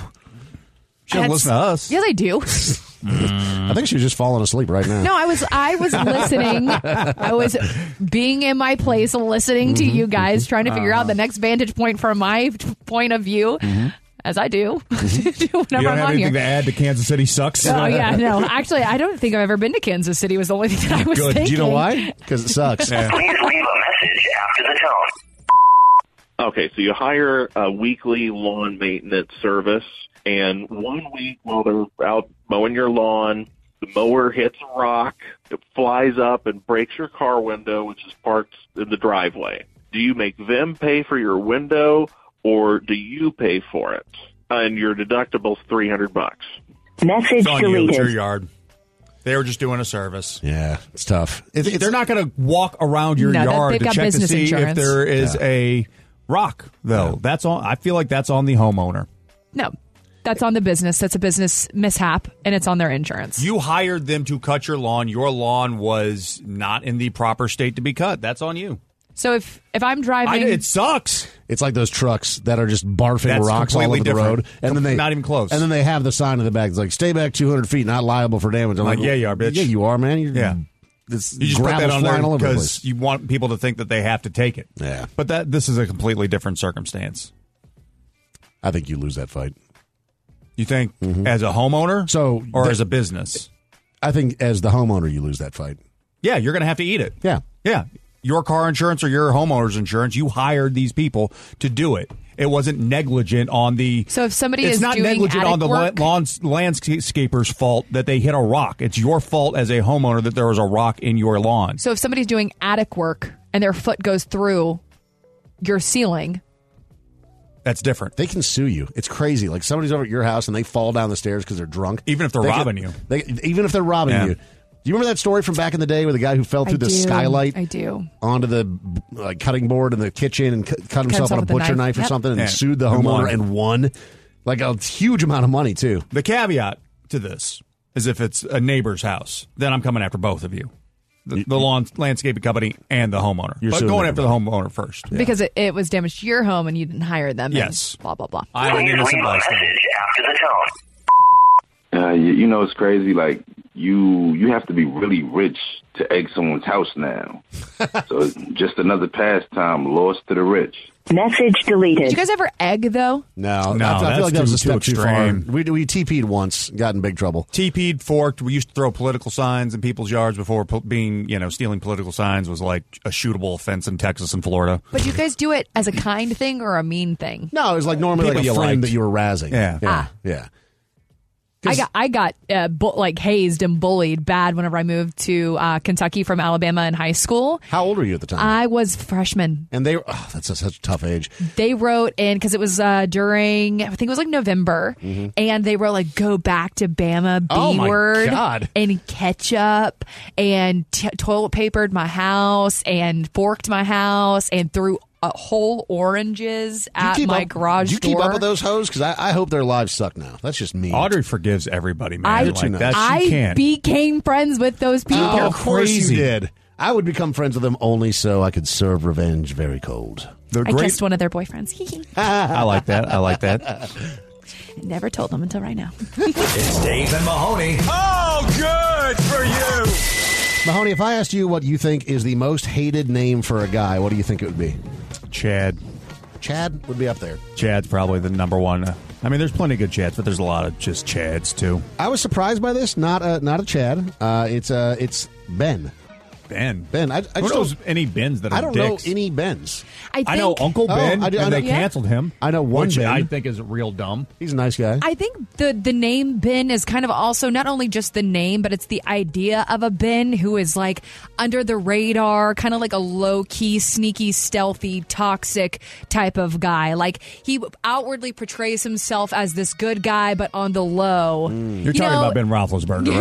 S5: she doesn't
S6: That's-
S5: listen to us.
S6: Yeah, they do.
S5: Mm.
S4: I think she's just falling asleep right now.
S6: No, I was I was listening. I was being in my place, listening to
S5: Mm-hmm,
S6: you guys, trying to figure out the
S5: Uh-huh.
S6: next vantage point from my t- point of view, as I do whenever
S5: Mm-hmm. you don't
S6: I'm
S5: have
S6: on
S5: anything to
S6: here.
S5: add to Kansas City sucks.
S6: Oh yeah, no. Actually, I don't think I've ever been to Kansas City. Was the only thing that I was
S5: Good. Do
S6: thinking.
S5: you know why?
S4: Because it sucks.
S9: Please leave a message after the tone.
S21: Okay, so you hire a weekly lawn maintenance service, and one week while they're out mowing your lawn, the mower hits a rock, it flies up and breaks your car window, which is parked in the driveway. Do you make them pay for your window, or do you pay for it? And your deductible's three hundred bucks.
S5: It's
S10: Message
S5: on you. It's your yard. They were just doing a service.
S4: Yeah, it's tough.
S5: They're not going to walk around your
S6: No, that-
S5: yard
S6: they've
S5: to
S6: got
S5: check to
S6: business
S5: see if
S6: insurance.
S5: there is a rock, though. That's on. I feel like that's on the homeowner.
S6: No, that's on the business. That's a business mishap, and it's on their insurance.
S5: You hired them to cut your lawn. Your lawn was not in the proper state to be cut. That's on you.
S6: So if if I'm
S5: I,
S6: driving,
S5: it sucks.
S4: It's like those trucks that are just barfing
S5: That's
S4: rocks all over
S5: completely
S4: the
S5: different.
S4: road, and then they
S5: Not even close.
S4: And then they have the sign in the back. It's like, "Stay back 200 feet, not liable for damage." I'm
S5: Like,
S4: like,
S5: yeah, you are, bitch.
S4: Yeah, you are, man. You're,
S5: Yeah.
S4: this
S5: You just put
S4: gravel's
S5: that on there
S4: flying all over the
S5: because
S4: place.
S5: you want people to think that they have to take it.
S4: Yeah,
S5: But that this is a completely different circumstance.
S4: I think you lose that fight.
S5: You think as a homeowner,
S4: Mm-hmm. So,
S5: or
S4: that-
S5: as a business?
S4: I think as the homeowner, you lose that fight.
S5: Yeah, you're going to have to eat it.
S4: Yeah.
S5: Yeah. Your car insurance or your homeowner's insurance, you hired these people to do it. It wasn't negligent on the.
S6: So if somebody
S5: it's
S6: is
S5: not
S6: doing
S5: negligent on
S6: attic
S5: the
S6: work-
S5: lawn, landscaper's fault that they hit a rock. It's your fault as a homeowner that there was a rock in your lawn.
S6: So if somebody's doing attic work and their foot goes through your ceiling,
S5: That's different.
S4: They can sue you. It's crazy. Like somebody's over at your house and they fall down the stairs because they're drunk.
S5: Even if they're
S4: They can-
S5: robbing you.
S4: they, even if they're robbing
S5: Yeah.
S4: you. Do you remember that story from back in the day where the guy who fell
S6: I
S4: through the
S6: do.
S4: skylight
S6: I do.
S4: onto the like cutting board in the kitchen and cu- cut himself on
S6: himself
S4: a
S6: with a
S4: butcher knife,
S6: knife.
S4: or
S6: Yep.
S4: something and
S5: Yeah.
S4: sued the
S5: And
S4: homeowner
S5: won.
S4: and won like a huge amount of money too.
S5: The caveat to this is if it's a neighbor's house, then I'm coming after both of you the, the lawn landscaping company and the homeowner.
S4: You're
S5: but
S4: suing
S5: going after the homeowner first.
S6: because it, it was damaged to your home and you didn't hire them. and
S5: Yes.
S6: blah blah blah.
S5: I don't need this
S9: Leave a
S5: advice.
S9: message after the tone.
S27: Uh, you, you know, it's crazy. Like you, you have to be really rich to egg someone's house now. so it's just another pastime lost to the rich.
S10: Message deleted.
S6: Did you guys ever egg though?
S4: No,
S5: No,
S4: I, I
S5: that's
S4: feel like that was
S5: too-
S4: a step
S5: too
S4: too, far.
S5: extreme.
S4: We, we TP'd once, got in big trouble.
S5: TP'd, forked. We used to throw political signs in people's yards before po- being, you know, stealing political signs was like a shootable offense in Texas and Florida.
S6: But do you guys do it as a kind thing or a mean thing?
S4: No, it was like normally like
S5: People
S4: a
S5: you
S4: friend
S5: liked.
S4: that you were razzing.
S5: Yeah.
S4: yeah,
S6: Ah.
S4: yeah.
S6: I got I got uh, bu- like hazed and bullied bad whenever I moved to uh, Kentucky from Alabama in high school.
S4: How old were you at the time?
S6: I was freshman.
S4: and they were, oh, that's a, such a tough age.
S6: They wrote in because it was uh, during I think it was like November,
S4: Mhm.
S6: and they wrote like "Go back to Bama," B
S4: Oh, my
S6: word,
S4: God.
S6: and ketchup, and t- toilet papered my house, and forked my house, and threw uh, whole oranges at
S4: keep
S6: my
S4: up-
S6: garage
S4: do you
S6: door.
S4: keep up with those hoes? Because I, I hope their lives suck now. That's just me.
S5: Audrey forgives everybody, man.
S6: I,
S5: like, that's, you
S6: I
S5: can't.
S6: became friends with those people.
S4: of course you did. I would become friends with them only so I could serve revenge very cold.
S5: They're
S6: I kissed one of their boyfriends.
S5: I like that. I like that.
S6: Never told them until right now.
S3: It's Dave and Mahoney.
S8: Oh, good for you.
S4: Mahoney, if I asked you what you think is the most hated name for a guy, what do you think it would be?
S5: Chad.
S4: Chad would be up there.
S5: Chad's probably the number one. I mean, there's plenty of good Chads, but there's a lot of just Chads, too.
S4: I was surprised by this. Not a not a Chad. Uh, it's uh, it's Ben.
S5: Ben.
S4: Ben. I, I
S5: Who
S4: just
S5: knows
S4: don't,
S5: any Bens that are
S4: I don't
S5: dicks?
S4: know any Bens.
S6: I, think,
S5: I know Uncle
S4: Oh,
S5: Ben,
S4: I do- I
S5: and
S4: know-
S5: they
S4: Yeah.
S5: canceled him.
S4: I know one
S5: which
S4: Ben.
S5: I think is real dumb.
S4: He's a nice guy.
S6: I think the the name Ben is kind of also not only just the name, but it's the idea of a Ben who is like under the radar, kind of like a low key, sneaky, stealthy, toxic type of guy. Like he outwardly portrays himself as this good guy, but on the low.
S4: Mm.
S5: You're talking
S6: know-
S5: about Ben Roethlisberger,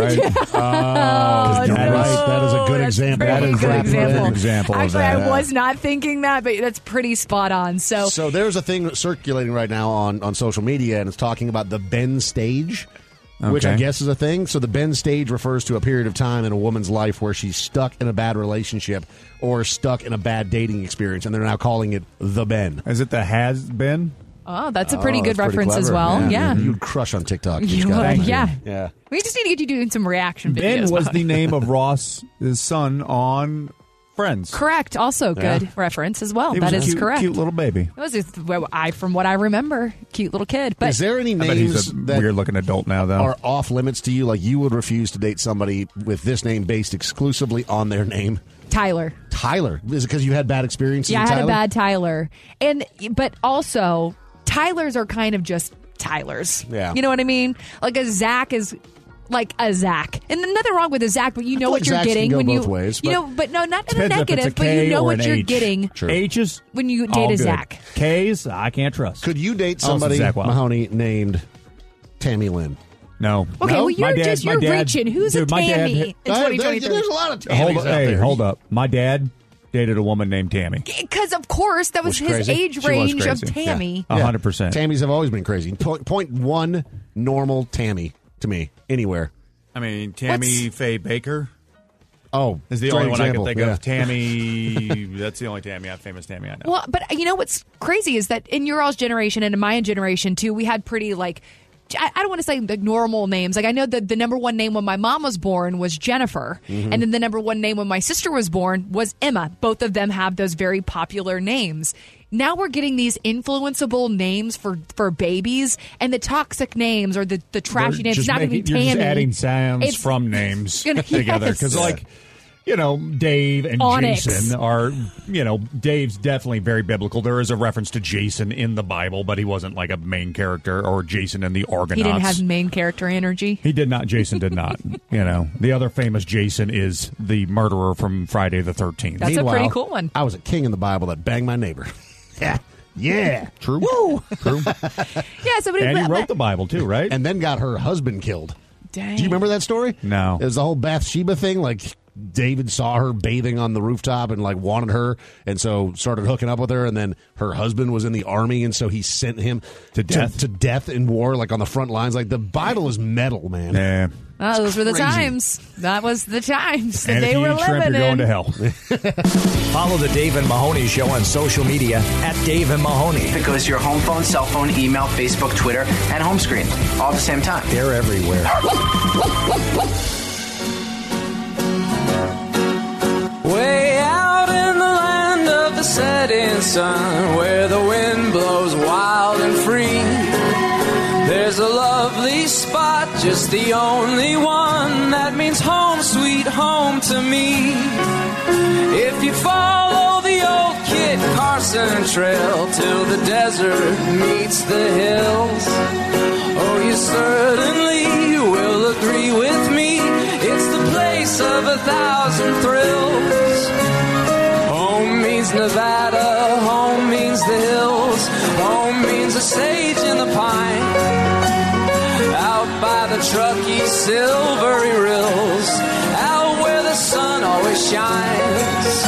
S5: right? Uh,
S4: Oh,
S5: you're right.
S4: That is a good example.
S5: That is
S6: Good
S5: a
S6: example.
S5: perfect example
S6: Actually,
S5: of that.
S6: I was not thinking that, but that's pretty spot on. So,
S4: So there's a thing circulating right now on, on social media, and it's talking about the Ben stage, which I
S5: Okay.
S4: guess is a thing. So the Ben stage refers to a period of time in a woman's life where she's stuck in a bad relationship or stuck in a bad dating experience, and they're now calling it the Ben.
S5: Is it the has been?
S6: oh, that's a pretty
S4: Oh,
S6: good
S4: that's
S6: reference as
S4: clever. Mm-hmm.
S6: well. Yeah.
S4: You'd crush on TikTok.
S6: You
S4: Just
S6: would,
S4: gotta-
S6: yeah.
S4: Yeah.
S6: We just need to get you doing some reaction videos.
S5: Ben was
S6: Mahoney.
S5: the name of Ross's son on Friends.
S6: correct. Also
S5: Yeah.
S6: good reference as well.
S5: He was
S6: That
S5: a
S6: is
S5: cute,
S6: correct.
S5: Cute little baby.
S6: It was just, well, I, from what I remember, cute little kid. But
S4: is there any
S5: I bet he's
S4: names
S5: a
S4: that
S5: weird looking adult now, though.
S4: are off limits to you? Like you would refuse to date somebody with this name based exclusively on their name?
S6: Tyler.
S4: Tyler. Is it because you had bad experiences?
S6: Yeah, I
S4: with
S6: had a
S4: Tyler?
S6: bad Tyler, and but also Tylers are kind of just Tylers.
S4: Yeah.
S6: you know what I mean. Like a Zach is like a Zach, and nothing wrong with a Zach, but you know
S4: feel
S6: what
S4: like
S6: you're
S4: Zachs can
S6: getting
S4: go
S6: when you
S4: both ways,
S6: you
S4: but-
S6: know, but no, not in a
S5: Depends if it's
S6: negative,
S5: a
S6: but you
S5: K
S6: know
S5: or
S6: what
S5: an
S6: you're
S5: H.
S6: getting
S5: H's
S6: when you
S5: all
S6: date a
S5: good.
S6: Zach.
S5: K's I can't trust.
S4: Could you date
S5: I listen to
S4: somebody,
S5: Zach Wild.
S4: Mahoney, named Tammy Lynn?
S5: No.
S6: Okay,
S5: no?
S6: well you're
S5: My dad-
S6: just
S5: my
S6: you're
S5: dad-
S6: reaching. Who's a
S5: dude, my dad-
S6: Tammy in
S4: There- there-
S6: 2023?
S4: there's a lot of
S5: Hold
S4: Tammys
S5: up,
S4: out
S5: hey,
S4: there.
S5: hold up. My dad dated a woman named Tammy.
S6: because of course that was
S5: Was
S6: his
S5: crazy. She
S6: age
S5: was
S6: range of
S5: crazy.
S6: Tammy.
S5: A hundred percent.
S4: Tammys have always been crazy. Point, point one normal Tammy to me anywhere.
S5: I mean, Tammy Faye Baker
S4: Oh,
S5: is the
S4: for
S5: only
S4: example,
S5: one I can think
S4: yeah.
S5: of. Tammy, that's the only Tammy, I famous Tammy I know.
S6: Well, but uh, you know what's crazy is that in your all's generation and in my generation too, we had pretty like. I I don't want to say like normal names. Like I know that the number one name when my mom was born was Jennifer,
S14: Mhm.
S6: and then the number one name when my sister was born was Emma. Both of them have those very popular names. Now we're getting these influenceable names for for babies, and the toxic names or the the trashy
S5: They're
S6: names. It's not going to be
S5: making-
S6: Tammy.
S5: You're just adding sounds
S6: It's-
S5: from names
S6: Gonna-
S5: together
S6: yes.
S5: because, like, you know, Dave and
S6: Onyx.
S5: Jason are, you know, Dave's definitely very biblical. There is a reference to Jason in the Bible, but he wasn't like a main character or Jason in the Argonauts.
S6: He didn't have main character energy.
S5: He did not. Jason did not. you know, the other famous Jason is the murderer from Friday the Thirteenth.
S6: That's a
S4: Meanwhile,
S6: pretty cool one.
S4: I was a king in the Bible that banged my neighbor. yeah. Yeah.
S5: True. True.
S6: Yeah, so but
S5: and he
S6: but-
S5: wrote the Bible too, right?
S4: And then got her husband killed.
S6: Dang.
S4: Do you remember that story?
S5: No.
S4: It was the whole Bathsheba thing. Like, David saw her bathing on the rooftop and, like, wanted her, and so started hooking up with her. And then her husband was in the army, and so he sent him to
S5: death?
S4: To, death in war, like, on the front lines. Like, the Bible is metal, man.
S5: Yeah.
S6: Oh, those were the
S4: crazy.
S6: times. That was the times that
S5: And if
S6: they
S5: you
S6: were
S5: eat
S6: living
S5: shrimp, you're
S6: in.
S5: going to hell.
S3: Follow the Dave and Mahoney Show on social media at Dave and Mahoney.
S28: It goes to your home phone, cell phone, email, Facebook, Twitter, and home screen all at the same time.
S3: They're everywhere.
S2: Way out in the land of the setting
S1: morning sun where the wind blows wild and free. There's a lovely spot, just the only one that means home, sweet home to me. If you follow the old Kit Carson trail till the desert meets the hills, oh, you certainly will agree with me. It's the place of a thousand thrills. Home means Nevada, home means the hills, home means the sage and the pine. Out by the Truckee silvery rills, out where the sun always shines.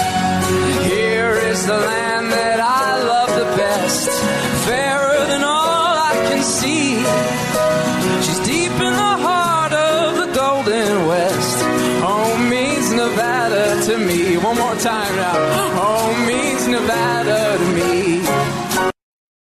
S1: Here is the land that I love the best, fairer than all I can see. She's deep in the heart of the Golden West. Home means Nevada to me. One more time now.